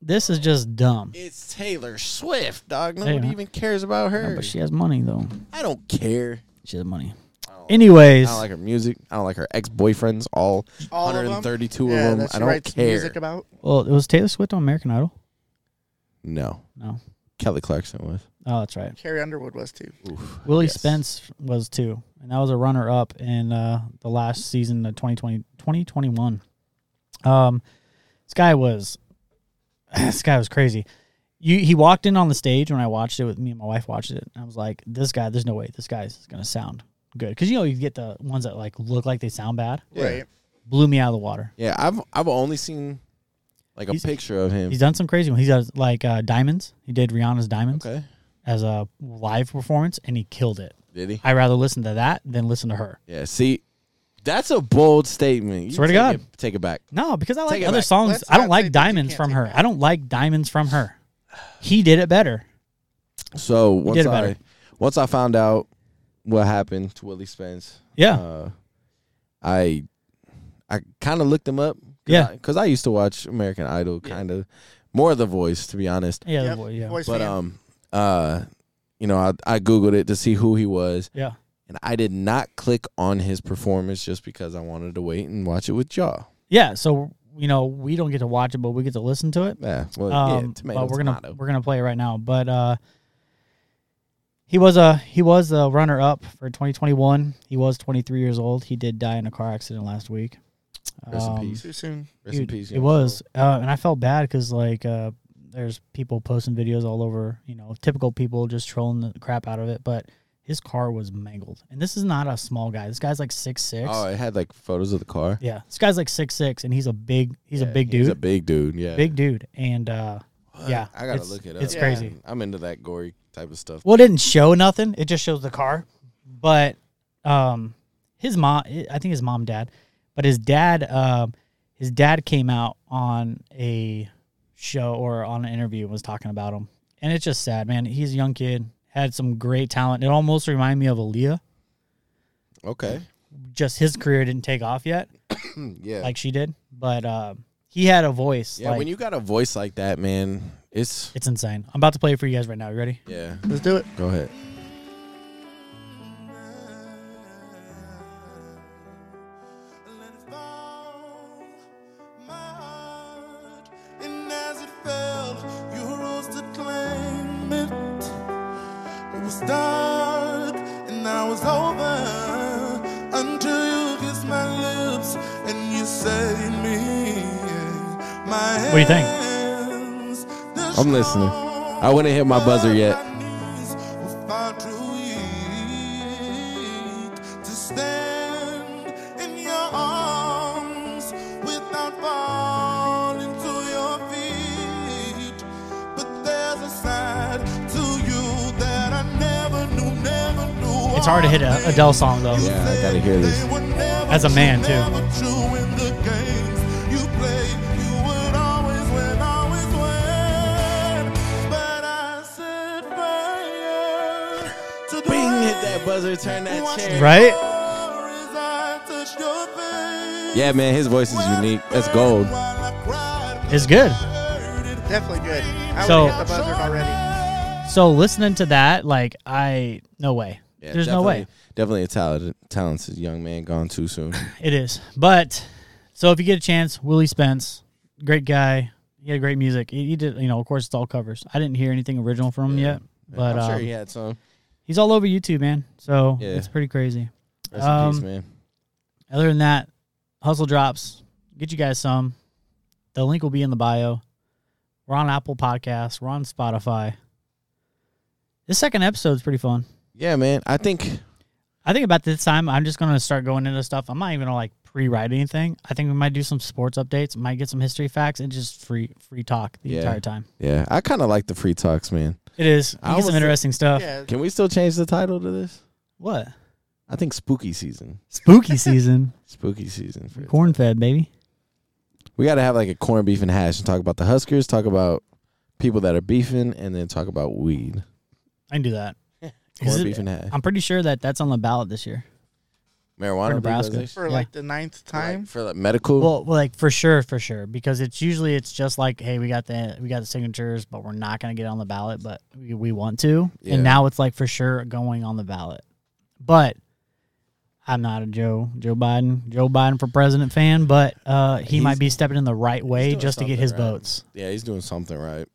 C: this is just dumb.
D: It's Taylor Swift, dog.
C: Nobody man.
D: even cares about her.
C: But she has money though.
D: I don't care.
C: She has money. Anyways,
D: Oh. I don't like her music. I don't like her ex boyfriends. All,
E: All of them?
D: 132
E: yeah,
D: of them.
E: that
D: I
E: she
D: don't
E: writes
D: care.
E: music about.
C: well, it was Taylor Swift on American Idol.
D: no,
C: No,
D: Kelly Clarkson was.
C: oh, that's right.
E: Carrie Underwood was too.
D: Oof.
C: Willie
D: Yes.
C: Spence was too, and that was a runner-up in uh, the last season of 2020, 2021. Um, this guy was, this guy was crazy. You, he walked in on the stage when I watched it with me and my wife watched it. And I was like, this guy, there's no way this guy's gonna sound good because you know you get the ones that like look like they sound bad.
D: Yeah.
E: Right.
C: Blew me out of the water.
D: Yeah, I've I've only seen like a
C: He's-
D: picture of him.
C: He's done some crazy ones. He's done like uh, diamonds. He did Rihanna's diamonds
D: Okay.
C: as a live performance, and he killed it.
D: Did he?
C: I rather listen to that than listen to her.
D: Yeah. See, that's a bold statement. You
C: Swear to
D: take
C: God.
D: it- take it back.
C: No, because I like
D: Take it
C: other
D: back.
C: songs.
E: Let's
C: I don't
E: not
C: like
E: think that you
C: diamonds
E: can't
C: from
E: take
C: her.
E: back.
C: I don't like diamonds from her. He did it better.
D: So once
C: did it
D: I
C: better.
D: once I found out what happened to Willie Spence,
C: Yeah.
D: uh, I I kind of looked him up.
C: Yeah.
D: because I, used to watch American Idol, kind of more The Voice, to be honest.
C: yeah, the
E: Yep,
C: Oh, boy, yeah.
E: voice
D: But
E: fan.
D: um, uh, you know, I I googled it to see who he was,
C: Yeah.
D: and I did not click on his performance just because I wanted to wait and watch it with y'all.
C: Yeah, so you know, we don't get to watch it, but we get to listen to it.
D: Yeah, well, yeah,
C: Um,
D: tomato,
C: but we're gonna
D: tomato.
C: we're gonna play it right now. But uh, he was a he was the runner up for 2021. He was 23 years old. He did die in a car accident last week.
D: Rest in
C: Um,
D: peace.
E: too soon.
D: Rest in
C: Dude,
D: peace,
C: It
D: young
C: was, uh, and I felt bad because like uh, there's people posting videos all over, you know, typical people just trolling the crap out of it. But his car was mangled, and this is not a small guy. This guy's like six six.
D: Oh, it had like photos of the car.
C: yeah, this guy's like six six, and he's a big he's a
D: Yeah,
C: big
D: He's
C: dude,
D: a big dude. Yeah.
C: big dude, and uh,
D: What?
C: yeah,
D: I gotta
C: it's-
D: look it up.
C: It's
E: Yeah.
C: crazy.
D: I'm into that gory type of stuff.
C: Well, it didn't show nothing. It just shows the car. But um, his mom, I think his mom, and dad, but his dad, um, his dad came out on a show or on an interview and was talking about him, and it's just sad, man. He's a young kid, had some great talent. It almost reminded me of Aaliyah.
D: Okay.
C: Just his career didn't take off yet,
D: yeah.
C: like she did, but uh, he had a voice.
D: yeah.
C: like,
D: when you got a voice like that, man, it's
C: it's insane. I'm about to play it for you guys right now. You ready?
D: yeah.
E: Let's do it.
D: Go ahead.
B: Let it fall, my heart, and as it fell, you rose to claim it. It was dark, and I was over until you kissed my lips and you said in me, my
C: What do you think?
B: hands, the
D: I'm listening. I wouldn't hit my buzzer yet.
B: It's hard to hit a Adele song though.
D: Yeah, I gotta hear this.
B: As a man too.
D: Bing! Hit that buzzer. Turn that chair.
C: Right?
D: Yeah, man. His voice is unique. That's gold.
C: It's good.
E: Definitely good. I
C: So-
E: would hit the buzzard already.
C: So listening to that, like I, no way.
D: Yeah,
C: There's no way.
D: definitely- Definitely a talented, talented young man gone too soon.
C: It is. But so if you get a chance, Willie Spence, great guy. He had great music. He, he did, you know, of course, it's all covers. I didn't hear anything original from him yet, but
D: I'm sure
C: um,
D: he had some.
C: he's all over YouTube, man. So
D: Yeah.
C: it's pretty crazy.
D: Rest in
C: um,
D: peace, man.
C: Other than that, hustle drops. Get you guys some. The link will be in the bio. We're on Apple Podcasts. We're on Spotify. This second episode is pretty fun.
D: Yeah, man. I think
C: I think about this time, I'm just going to start going into stuff. I'm not even going to like pre write anything. I think we might do some sports updates, might get some history facts, and just free free talk the
D: Yeah.
C: entire time.
D: Yeah, I kind of like the free talks, man.
C: It is. You
D: I
C: get some
D: almost-
C: interesting stuff.
E: Yeah,
D: Can we still change the title to this?
C: What?
D: I think spooky season.
C: Spooky season.
D: Spooky season. For
C: Corn fed, baby.
D: we got to have like a corned beef and hash and talk about the Huskers, talk about people that are beefing, and then talk about weed.
C: I can do that. Is
D: Corned
C: it-
D: beef and hash.
C: I'm pretty sure that that's on the ballot this year.
D: Marijuana
C: Nebraska.
D: legalization?
E: for
C: Yeah.
E: like the ninth time.
D: Like, for like medical.
C: Well, well, like for sure, for sure, because it's usually it's just like, hey, we got the we got the signatures, but we're not going to get it on the ballot, but we, we want to.
D: Yeah.
C: And now it's like for sure going on the ballot. But I'm not a Joe Joe Biden Joe Biden for president fan, but uh, he
D: He's-
C: might be stepping in the right way
D: doing
C: just to get his
D: something right.
C: votes,
D: yeah, he's doing something right.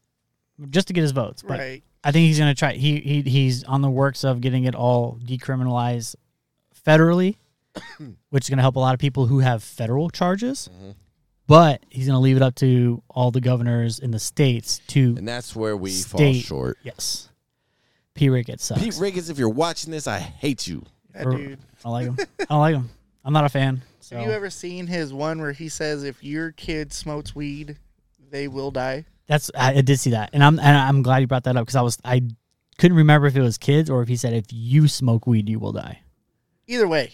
C: just to get his votes. But
E: Right.
C: I think he's going to try. He, he he's on the works of getting it all decriminalized federally, which is going to help a lot of people who have federal charges. But he's going to leave it up to all the governors in the states to
D: And that's where we fall
C: State.
D: short.
C: yes. P. Ricketts sucks.
D: Pete Riggins, if you're watching this, I hate you.
E: That dude.
C: I like him. I don't like him. I'm not a fan. So
E: Have you ever seen his one where he says, "If your kid smokes weed, they will die"?
C: that's I, I did see that, and I'm and I'm glad you brought that up because I was I couldn't remember if it was kids or if he said if you smoke weed you will die.
E: Either way,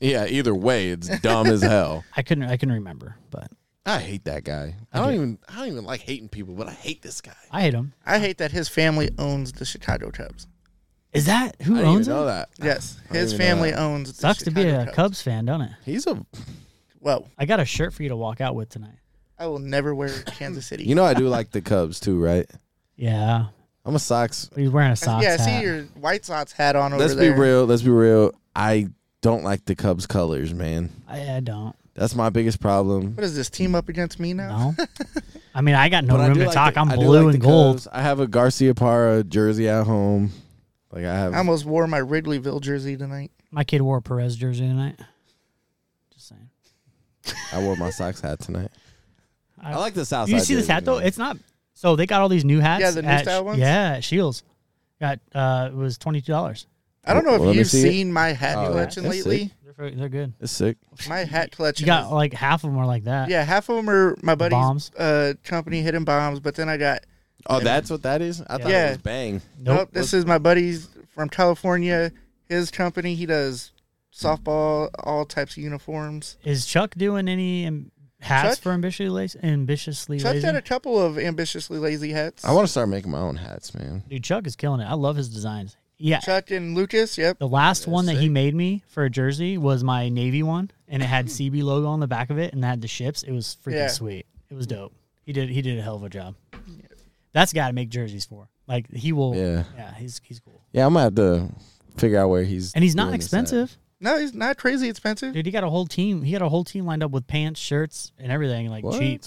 D: Yeah, either way, it's dumb as hell.
C: I couldn't I couldn't remember, but
D: I hate that guy. I don't even I don't even like hating people, but I hate this guy.
C: I hate him.
E: I hate that his family owns the Chicago Cubs.
C: Is that who
D: I didn't
C: owns it?
D: even know that.
E: Yes,
D: I don't
E: his
D: even know
E: family
D: that.
E: owns. The
C: Sucks to be
E: Chicago
C: a
E: Cubs.
C: Cubs fan, don't it?
D: He's a
E: Well,
C: I got a shirt for you to walk out with tonight.
E: I will never wear Kansas City.
D: You know I do like the Cubs too, right?
C: Yeah,
D: I'm a Sox.
C: he's wearing a
E: I
C: Sox
E: see- yeah, I
C: hat.
E: see your White Sox hat on over
D: Let's
E: there.
D: be real. Let's be real. I don't like the Cubs colors, man.
C: I, I don't
D: That's my biggest problem.
E: What is this team up against me now?
C: know. I mean, I got no
D: But I
C: room
D: do
C: to
D: like
C: talk.
D: the-
C: I'm
D: I do
C: blue
D: like
C: and
D: the
C: gold.
D: Cubs. I have a Garcia Parra jersey at home. Like I have
E: I almost wore my Wrigleyville jersey tonight.
C: My kid wore a Perez jersey tonight. Just saying.
D: I wore my Sox hat tonight.
C: I-
D: I, like the South
C: you
D: Side
C: see this
D: jersey,
C: hat though?
D: man.
C: It's not. So they got all these new hats.
E: Yeah, the new
C: at-
E: style ones?
C: Yeah, at Shields. Got uh, it was twenty two dollars.
E: I don't know
D: Well, let
E: if
D: me
E: you've
D: see it.
E: seen my hat
D: Oh,
E: collection
D: that's sick.
E: lately.
C: They're fr- they're good.
D: it's sick.
E: My hat collection.
C: You got
E: is-
C: like half of them are like that.
E: yeah, half of them are my buddy's
C: Bombs.
E: Uh, company hidden bombs, but then I got
D: Oh, that's what that is. I thought
E: Yeah.
D: it was bang.
E: nope.
C: Nope.
E: this is my buddy's from California. His company, he does softball, all types of uniforms.
C: Is Chuck doing any um, hats
E: Chuck-
C: for ambitiously lazy? Ambitiously
E: Chuck's
C: lazy.
E: had a couple of ambitiously lazy hats.
D: I want to start making my own hats, man.
C: Dude, Chuck is killing it. I love his designs. Yeah,
E: Chuck and Lucas. Yep.
C: The last one that he made me for a jersey was my navy one, and it had CB logo on the back of it, and it had the ships. It was freaking
E: Yeah.
C: sweet. It was dope. He did he did a hell of a job. That's got to make jerseys for. Like he will. Yeah,
D: Yeah,
C: he's he's cool,
D: yeah. I'm gonna have to figure out where he's.
C: and he's not
D: doing this at.
C: expensive,
E: No, he's not crazy expensive.
C: dude. He got a whole team. He got a whole team lined up with pants, shirts, and everything. Like
D: What?
C: cheap,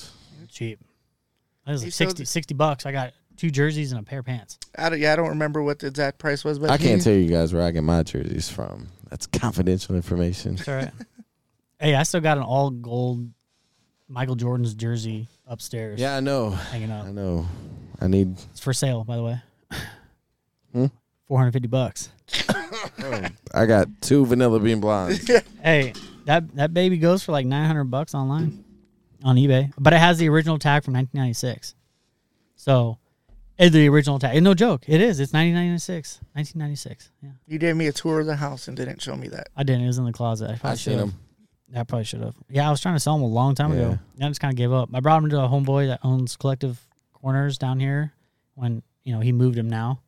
C: cheap. That was
E: He
C: like
E: sold
C: 60,
E: it-
C: 60 bucks. I got two jerseys and a pair of pants.
E: I don't, yeah, I don't remember what the exact price was, but
D: I can't
E: he-
D: tell you guys where I get my jerseys from. That's confidential information.
C: It's all right. hey, I still got an all gold Michael Jordan's jersey upstairs.
D: Yeah, I know.
C: hanging up.
D: I know. I need.
C: It's for sale, by the way. Four hundred fifty bucks.
D: I got two vanilla bean blondes.
C: Hey, that that baby goes for like nine hundred bucks online on eBay, but it has the original tag from nineteen ninety six. So, it's the original tag. No joke, it is. It's 1996. 1996. Yeah,
E: You gave me a tour of the house and didn't show me that.
C: I didn't. It was in the closet. I probably
D: I seen
C: should have.
D: them.
C: I probably should have. Yeah, I was trying to sell them a long time ago. And I just kind of gave up. I brought him to a homeboy that owns Collective Corners down here. When you know he moved him now.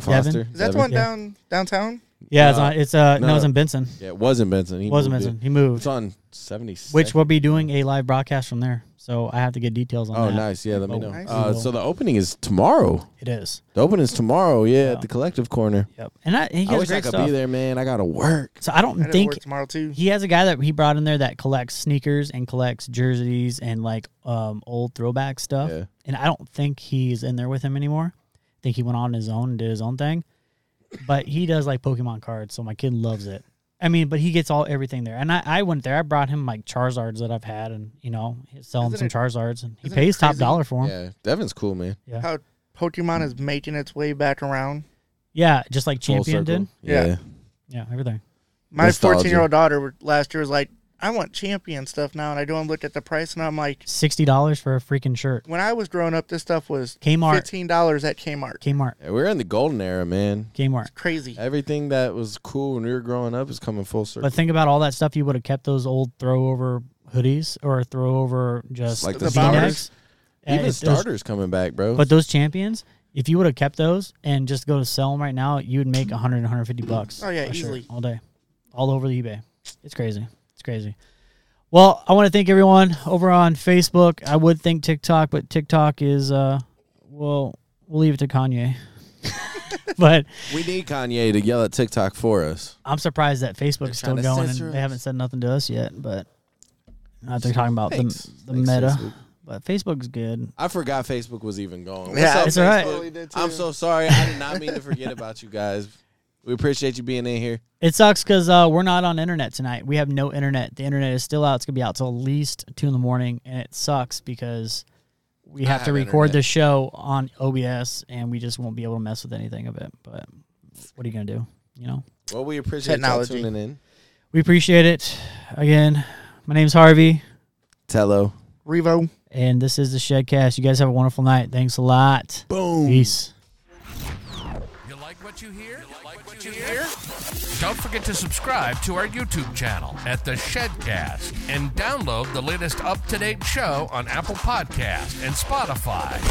D: Foster.
E: Is that
D: Devin?
E: the one
C: Yeah.
E: down downtown?
C: Yeah, it's
D: No.
C: on, it's uh no,
D: No,
C: it's
D: no.
C: in Benson.
D: Yeah, it wasn't Benson. He
C: Wasn't
D: moved
C: Benson.
D: it.
C: He moved.
D: It's on seventy six.
C: which we'll be doing a live broadcast from there. So I have to get details on
D: Oh,
C: that.
D: nice. Yeah, let me
C: Oh,
D: know.
C: nice.
D: Uh, so the opening is tomorrow.
C: It is.
D: The opening is tomorrow. Yeah,
C: Yeah.
D: at the Collective Corner.
C: Yep. And I, he
D: I
C: has
D: wish I
C: great
D: could
C: stuff.
D: be there, man. I gotta work.
C: So I don't
E: I gotta
C: think
E: work tomorrow too.
C: he has a guy that he brought in there that collects sneakers and collects jerseys and like um old throwback stuff.
D: Yeah.
C: And I don't think he's in there with him anymore. I think he went on his own and did his own thing. But he does like Pokemon cards, so my kid loves it. I mean, but he gets all everything there. And I, I went there. I brought him like Charizards that I've had, and you know, sell him
E: Isn't
C: some
E: it-
C: Charizards, and he
E: isn't it
C: pays top
E: crazy?
C: dollar for them.
D: Yeah, Devin's cool, man.
E: How Pokemon is making its way back around.
C: Yeah, just like
D: Full
C: Champion
D: circle.
C: did.
E: Yeah.
D: yeah.
C: Yeah, everything.
E: My
D: Nostalgia.
E: 14 year old daughter were- last year was like, I want champion stuff now. And I don't looked at the price and I'm like,
C: Sixty dollars for a freaking shirt.
E: when I was growing up, this stuff was
C: Kmart.
E: $15 at Kmart.
C: Kmart.
D: Yeah, we're in the golden era, man.
C: Kmart.
E: Crazy.
D: Everything that was cool when we were growing up is coming full circle.
C: But think about all that stuff you would have kept those old throwover hoodies or throwover just
D: Like
E: the
C: V-necks.
E: bombers.
C: Uh,
D: Even
C: those-
D: starters coming back, bro.
C: But those champions, if you would have kept those and just go to sell them right now, you would make 100 and 150 bucks.
E: Oh, yeah,
C: a shirt
E: easily.
C: all day, all over the eBay. It's crazy. It's crazy. Well, I want to thank everyone over on Facebook. I would thank TikTok, but TikTok is uh, well, we'll leave it to Kanye. but
D: we need Kanye to yell at TikTok for us.
C: I'm surprised that Facebook's still
D: trying to
C: going
D: censor
C: and they
D: us.
C: haven't said nothing to us yet. But uh, they're talking about
D: Thanks.
C: the, the
D: Thanks,
C: meta.
D: Facebook.
C: But Facebook's good.
D: I forgot Facebook was even going. What's
E: Yeah,
D: up,
C: it's all right.
D: Facebook?
E: Totally did
D: I'm
E: too.
D: so sorry. I did not mean to forget about you guys. We appreciate you being in here.
C: It sucks because uh, we're not on internet tonight. We have no internet. The internet is still out. It's gonna be out till at least two in the morning, and it sucks because we
D: I
C: have to
D: have
C: record
D: internet.
C: the show on OBS, and we just won't be able to mess with anything of it. But what are you gonna do? You know,
D: Well, we appreciate y'all
E: Technology.
D: tuning in.
C: we appreciate it. Again, my name's Harvey,
D: Tello.
E: Revo.
C: and this is the Shedcast. You guys have a wonderful night. Thanks a lot.
D: Boom.
C: Peace.
A: You like what you hear? You like what you hear? Don't forget to subscribe to our YouTube channel at The Shedcast and download the latest up to date show on Apple Podcast and Spotify.